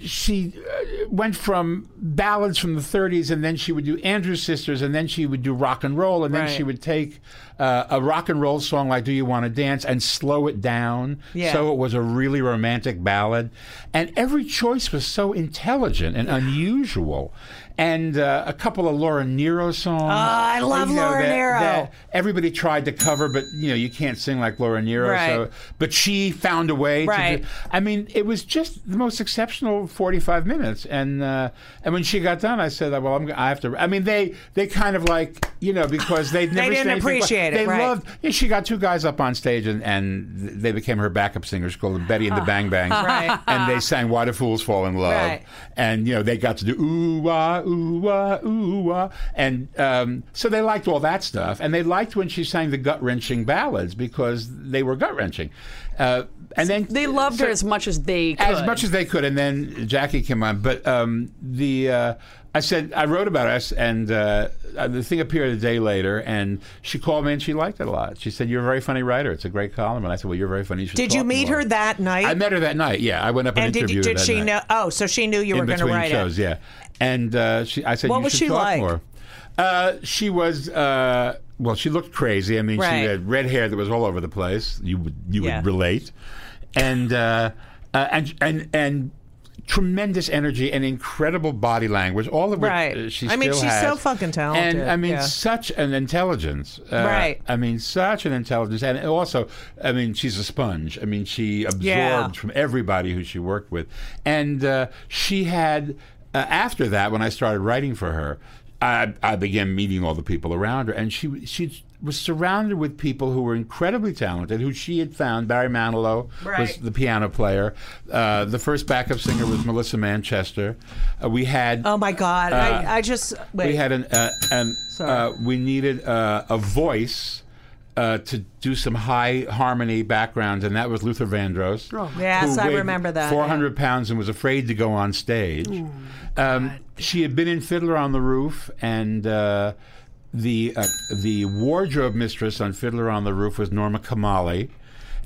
Speaker 6: She uh, went from ballads from the 30s, and then she would do Andrews Sisters, and then she would do rock and roll, and then
Speaker 1: Right.
Speaker 6: she would take uh, a rock and roll song like "Do You Want to Dance" and slow it down,
Speaker 1: Yeah.
Speaker 6: so it was a really romantic ballad, and every choice was so intelligent and unusual. And uh, a couple of Laura Nero songs.
Speaker 1: Ah, I love
Speaker 6: Um, you
Speaker 1: Laura Nyro.
Speaker 6: everybody tried to cover, but you know you can't sing like Laura Nero. So,
Speaker 1: Right.
Speaker 6: but she found a way.
Speaker 1: Right.
Speaker 6: To do, I mean, it was just the most exceptional forty-five minutes. And uh, and when she got done, I said, "Well, I'm, g- I have to." I mean, they they kind of like you know because they never
Speaker 1: didn't
Speaker 6: said anything-
Speaker 1: appreciate it,
Speaker 6: They
Speaker 1: right.
Speaker 6: loved. yeah, she got two guys up on stage, and and they became her backup singers called Betty and the Bang Bangs.
Speaker 1: Right.
Speaker 6: And they sang "Why Do Fools Fall in Love."
Speaker 1: Right.
Speaker 6: and you know they got to do ooh wah ooh wah ooh wah, and um, so they liked all that stuff, and they liked when she sang the gut wrenching ballads because they were gut wrenching, uh, and then
Speaker 2: They loved her as much as they could.
Speaker 6: as much as they could, and then Jackie came on. But um, the uh, I said I wrote about us, and uh, the thing appeared a day later, and she called me and she liked it a lot. She said, "You're a very funny writer. It's a great column." And I said, "Well, you're very funny." should
Speaker 1: did you
Speaker 6: talk
Speaker 1: meet
Speaker 6: more."
Speaker 1: her that night?
Speaker 6: I met her that night. Yeah, I went up and,
Speaker 1: and did,
Speaker 6: interviewed
Speaker 1: did
Speaker 6: her that
Speaker 1: she
Speaker 6: night
Speaker 1: know? Oh, so she knew you
Speaker 6: in
Speaker 1: were going to
Speaker 6: between
Speaker 1: write
Speaker 6: shows.
Speaker 1: it.
Speaker 6: Yeah, and uh, she, I said,
Speaker 1: What
Speaker 6: "You
Speaker 1: was
Speaker 6: should
Speaker 1: she
Speaker 6: talk
Speaker 1: like?
Speaker 6: more." Uh, she was. Uh, well, she looked crazy. I mean, she
Speaker 1: Right.
Speaker 6: had red hair that was all over the place. You would you
Speaker 1: Yeah.
Speaker 6: would relate, and uh, uh, and and and tremendous energy and incredible body language. All of which
Speaker 1: Right.
Speaker 6: uh, she
Speaker 1: I mean,
Speaker 6: still
Speaker 1: she's so
Speaker 6: has.
Speaker 1: fucking talented,
Speaker 6: And I mean,
Speaker 1: yeah.
Speaker 6: such an intelligence. Uh,
Speaker 1: Right.
Speaker 6: I mean, such an intelligence, and also, I mean, she's a sponge. I mean, she absorbed
Speaker 1: Yeah.
Speaker 6: from everybody who she worked with, and uh, she had. Uh, after that, when I started writing for her, I, I began meeting all the people around her, and she she was surrounded with people who were incredibly talented, who she had found. Barry Manilow was
Speaker 7: Right.
Speaker 6: the piano player. Uh, the first backup singer was Melissa Manchester. Uh, we had
Speaker 1: Oh my God! I, I just wait.
Speaker 6: Uh, we had an, uh, an
Speaker 1: Sorry.
Speaker 6: uh, we needed uh, a voice uh, to do some high harmony backgrounds, and that was Luther Vandross.
Speaker 1: Oh, Yes,
Speaker 6: who
Speaker 1: I
Speaker 6: weighed
Speaker 1: remember that,
Speaker 6: 400 pounds and was afraid to go on stage. um, she had been in Fiddler on the Roof, and uh, the uh, the wardrobe mistress on Fiddler on the Roof was Norma Kamali.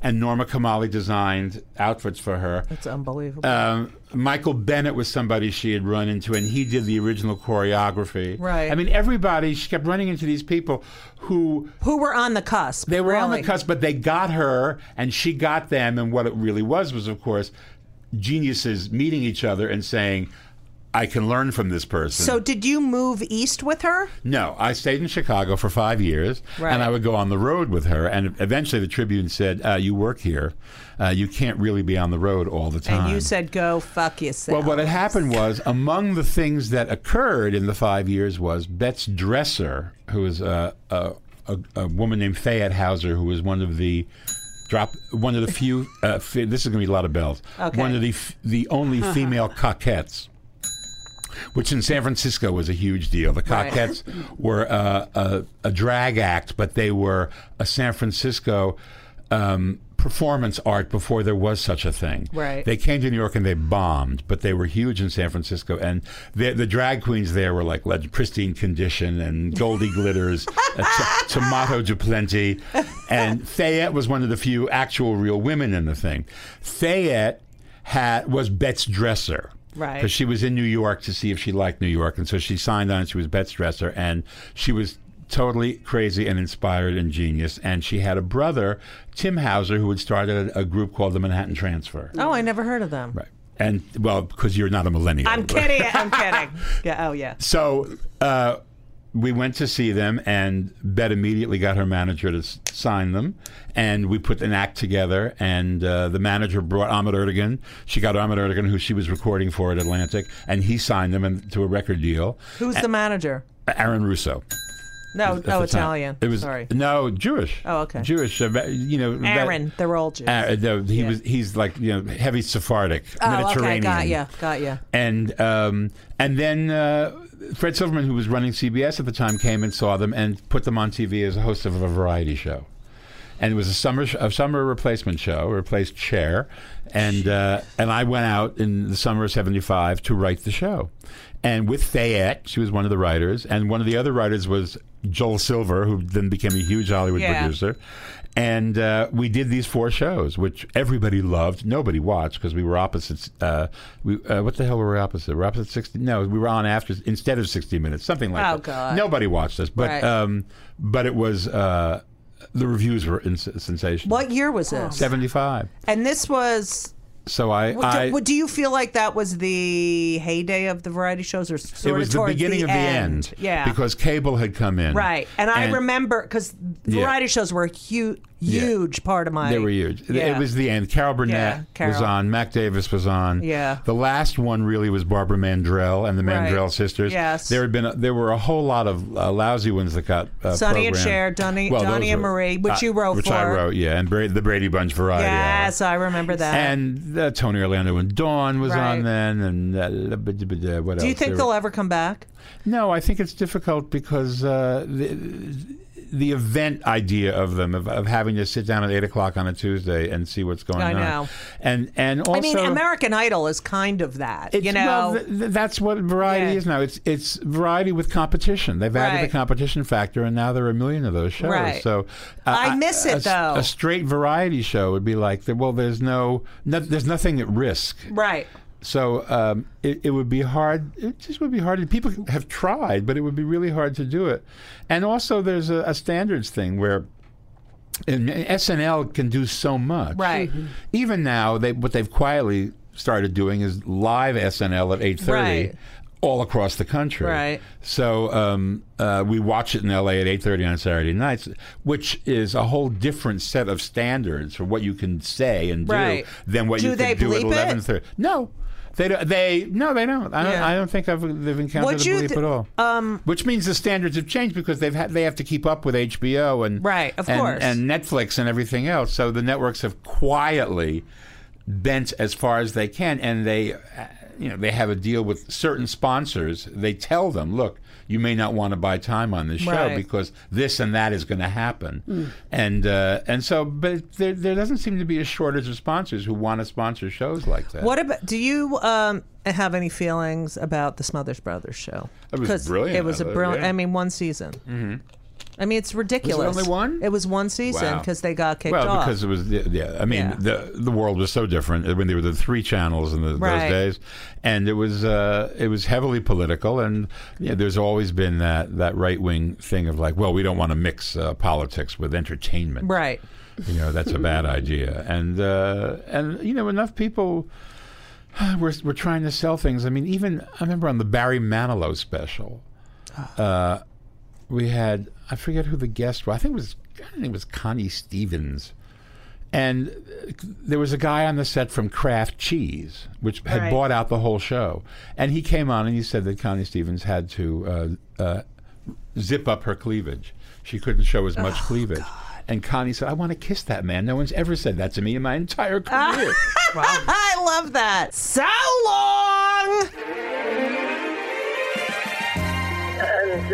Speaker 6: And Norma Kamali designed outfits for her.
Speaker 1: it's unbelievable.
Speaker 6: Um, Michael Bennett was somebody she had run into, and he did the original choreography.
Speaker 1: Right.
Speaker 6: I mean, everybody. She kept running into these people who
Speaker 1: Who were on the cusp?
Speaker 6: they were on the
Speaker 1: really.
Speaker 6: cusp, but they got her, and she got them. And what it really was was, of course, geniuses meeting each other and saying, "I can learn from this person."
Speaker 1: So did you move east with her?
Speaker 6: No, I stayed in Chicago for five years,
Speaker 1: Right.
Speaker 6: and I would go on the road with her. And eventually, the Tribune said, uh, "You work here. Uh, you can't really be on the road all the time."
Speaker 1: And you said, "Go fuck yourself."
Speaker 6: Well, what had happened was among the things that occurred in the five years was Bet's dresser, who was a, a, a, a woman named Fayette Hauser, who was one of the drop one of the few. Uh, fe- this is going to be a lot of bells.
Speaker 1: Okay.
Speaker 6: One of the f- the only female coquettes. Which in San Francisco was a huge deal. The
Speaker 1: Right.
Speaker 6: Coquettes were uh, a, a drag act, but they were a San Francisco um, performance art before there was such a thing.
Speaker 1: Right.
Speaker 6: They came to New York and they bombed, but they were huge in San Francisco. And the, the drag queens there were like legend, Pristine Condition and Goldie Glitters, uh, T- Tomato Duplenty. And Fayette was one of the few actual real women in the thing. Fayette had, was Bet's dresser.
Speaker 1: Right.
Speaker 6: Because she was in New York to see if she liked New York. And so she signed on and she was Bet's dresser. And she was totally crazy and inspired and genius. And she had a brother, Tim Hauser, who had started a, a group called the Manhattan Transfer.
Speaker 1: oh, I never heard of them.
Speaker 6: Right. And well, because you're not a millennial.
Speaker 1: I'm kidding. I'm kidding. Yeah. Oh, yeah.
Speaker 6: So uh, we went to see them, and Bet immediately got her manager to s- sign them, and we put an act together. And uh, the manager brought Ahmet Erdogan. She got Ahmet Erdogan, who she was recording for at Atlantic, and he signed them and, to a record deal.
Speaker 1: Who's the manager?
Speaker 6: Aaron Russo.
Speaker 1: No,
Speaker 6: at
Speaker 1: no
Speaker 6: the time.
Speaker 1: Italian.
Speaker 6: It was
Speaker 1: sorry.
Speaker 6: no Jewish.
Speaker 1: Oh, okay.
Speaker 6: Jewish. uh, you know that-
Speaker 1: Aaron. They're all Jews.
Speaker 6: Uh, no, he
Speaker 1: Yeah.
Speaker 6: was. He's like you know heavy Sephardic,
Speaker 1: oh, okay.
Speaker 6: Mediterranean
Speaker 1: Got ya. Got ya.
Speaker 6: and um, and then uh, Fred Silverman, who was running CBS at the time, came and saw them and put them on TV as a host of a variety show. And it was a summer sh- a summer replacement show, replaced Cher, and uh, and I went out in the summer of '75 to write the show, and with Fayette, she was one of the writers, and one of the other writers was Joel Silver, who then became a huge Hollywood
Speaker 1: Yeah.
Speaker 6: producer, and uh, we did these four shows, which everybody loved. Nobody watched because we were opposites. Uh, we uh, what the hell were we opposite? We're opposite sixty. No, we were on after instead of sixty minutes, something like
Speaker 1: Oh,
Speaker 6: that.
Speaker 1: God.
Speaker 6: Nobody watched us, but
Speaker 1: Right.
Speaker 6: um, but it was uh, the reviews were ins- sensational.
Speaker 1: What year was this?
Speaker 6: Seventy five.
Speaker 1: And this was.
Speaker 6: So I,
Speaker 1: Do,
Speaker 6: I
Speaker 1: do you feel like that was the heyday of the variety shows, or
Speaker 6: it
Speaker 1: sort
Speaker 6: was
Speaker 1: of
Speaker 6: the
Speaker 1: towards
Speaker 6: beginning of the end.
Speaker 1: Yeah.
Speaker 6: because cable had come in.
Speaker 1: Right, and, I
Speaker 6: And-
Speaker 1: remember because
Speaker 6: Yeah.
Speaker 1: variety shows were a huge, huge part of my.
Speaker 6: They were huge.
Speaker 1: Yeah.
Speaker 6: It was the end. Carol Burnett
Speaker 1: Yeah, Carol.
Speaker 6: was on. Mac Davis was on.
Speaker 1: Yeah.
Speaker 6: The last one really was Barbara Mandrell and the
Speaker 1: Right.
Speaker 6: Mandrell sisters.
Speaker 1: Yes.
Speaker 6: There had been a, there were a whole lot of uh, lousy ones that got uh,
Speaker 1: Sonny and
Speaker 6: programmed.
Speaker 1: Cher, Donny-
Speaker 6: well,
Speaker 1: Donny
Speaker 6: those
Speaker 1: and
Speaker 6: were- uh,
Speaker 1: Marie, which you wrote
Speaker 6: which I
Speaker 1: for.
Speaker 6: wrote, yeah, and Bra- the Brady Bunch variety. hour.
Speaker 1: Yes, uh-huh. I remember that.
Speaker 6: Oh, And uh, Tony Orlando and Dawn was
Speaker 1: Right.
Speaker 6: on then, and uh, blah, blah, blah, what else?
Speaker 1: do you think
Speaker 6: There
Speaker 1: they'll
Speaker 6: were-
Speaker 1: ever come back?
Speaker 6: No, I think it's difficult because uh, the the event idea of them of, of having to sit down at eight o'clock on a Tuesday and see what's going
Speaker 1: I
Speaker 6: on.
Speaker 1: know.
Speaker 6: And and also
Speaker 1: I mean, American Idol is kind of that.
Speaker 6: it's-
Speaker 1: You know,
Speaker 6: well, th- th- that's what variety
Speaker 1: Yeah.
Speaker 6: is now. It's it's variety with competition. They've added
Speaker 1: Right.
Speaker 6: the competition factor, and now there are a million of those shows.
Speaker 1: Right.
Speaker 6: So uh,
Speaker 1: I miss it,
Speaker 6: a s-
Speaker 1: though.
Speaker 6: A straight variety show would be like, well, there's no, no there's nothing at risk.
Speaker 1: right?
Speaker 6: So um, it, it would be hard. It just would be hard. People have tried, but it would be really hard to do it. And also, there's a, a standards thing where and SNL can do so much.
Speaker 7: Right. Mhm.
Speaker 6: Even now, they what they've quietly started doing is live SNL at eight thirty.
Speaker 7: Right.
Speaker 6: All across the country,
Speaker 7: Right.
Speaker 6: So um, uh, we watch it in LA at eight thirty on Saturday nights, which is a whole different set of standards for what you can say and do
Speaker 7: Right.
Speaker 6: than what
Speaker 1: Do
Speaker 6: you
Speaker 1: they
Speaker 6: can do at
Speaker 1: bleep it?
Speaker 6: eleven thirty. No, they don't, they no they don't. I don't,
Speaker 7: Yeah.
Speaker 6: I don't think I've, they've encountered
Speaker 1: Would
Speaker 6: a
Speaker 1: you
Speaker 6: bleep
Speaker 1: th-
Speaker 6: at all.
Speaker 7: uh,
Speaker 6: Um, which means the standards have changed because they've had, they have to keep up with HBO and
Speaker 7: Right, of
Speaker 6: and-
Speaker 7: course.
Speaker 6: and Netflix and everything else. So the networks have quietly bent as far as they can, and they, uh, you know, they have a deal with certain sponsors. They tell them, look, you may not want to buy time on this show
Speaker 7: Right. Hmm.
Speaker 6: because this and that is going to happen, and uh, and so, but there there doesn't seem to be a shortage of sponsors who want to sponsor shows like that.
Speaker 1: What about? Do you um, have any feelings about the Smothers Brothers show?
Speaker 6: It was
Speaker 1: 'Cause
Speaker 6: brilliant.
Speaker 1: It was
Speaker 6: I
Speaker 1: a
Speaker 6: love it,
Speaker 1: brilliant.
Speaker 6: yeah.
Speaker 1: I mean, one season. Mm-hmm. I mean, it's ridiculous.
Speaker 6: only one?
Speaker 1: It was one season
Speaker 6: Wow.
Speaker 1: because they got kicked
Speaker 6: well,
Speaker 1: off.
Speaker 6: because it was yeah. I mean,
Speaker 1: Yeah.
Speaker 6: the the world was so different when there were the three channels in the,
Speaker 1: Right.
Speaker 6: those days, and it was uh, it was heavily political, and you know, there's always been that that right wing thing of like, well, we don't want to mix uh, politics with entertainment,
Speaker 1: right.
Speaker 6: You know, that's a bad idea, and uh, and you know, enough people. We're, we're trying to sell things. I mean, even I remember on the Barry Manilow special, uh, we had I forget who the guest was. I think it was I think it was Connie Stevens, and uh, there was a guy on the set from Kraft Cheese, which had
Speaker 1: Right.
Speaker 6: bought out the whole show, and he came on and he said that Connie Stevens had to uh, uh, zip up her cleavage. She couldn't show as much cleavage. And Connie said, "I want to kiss that man. No one's ever said that to me in my entire career."
Speaker 1: I love that. So long.
Speaker 9: and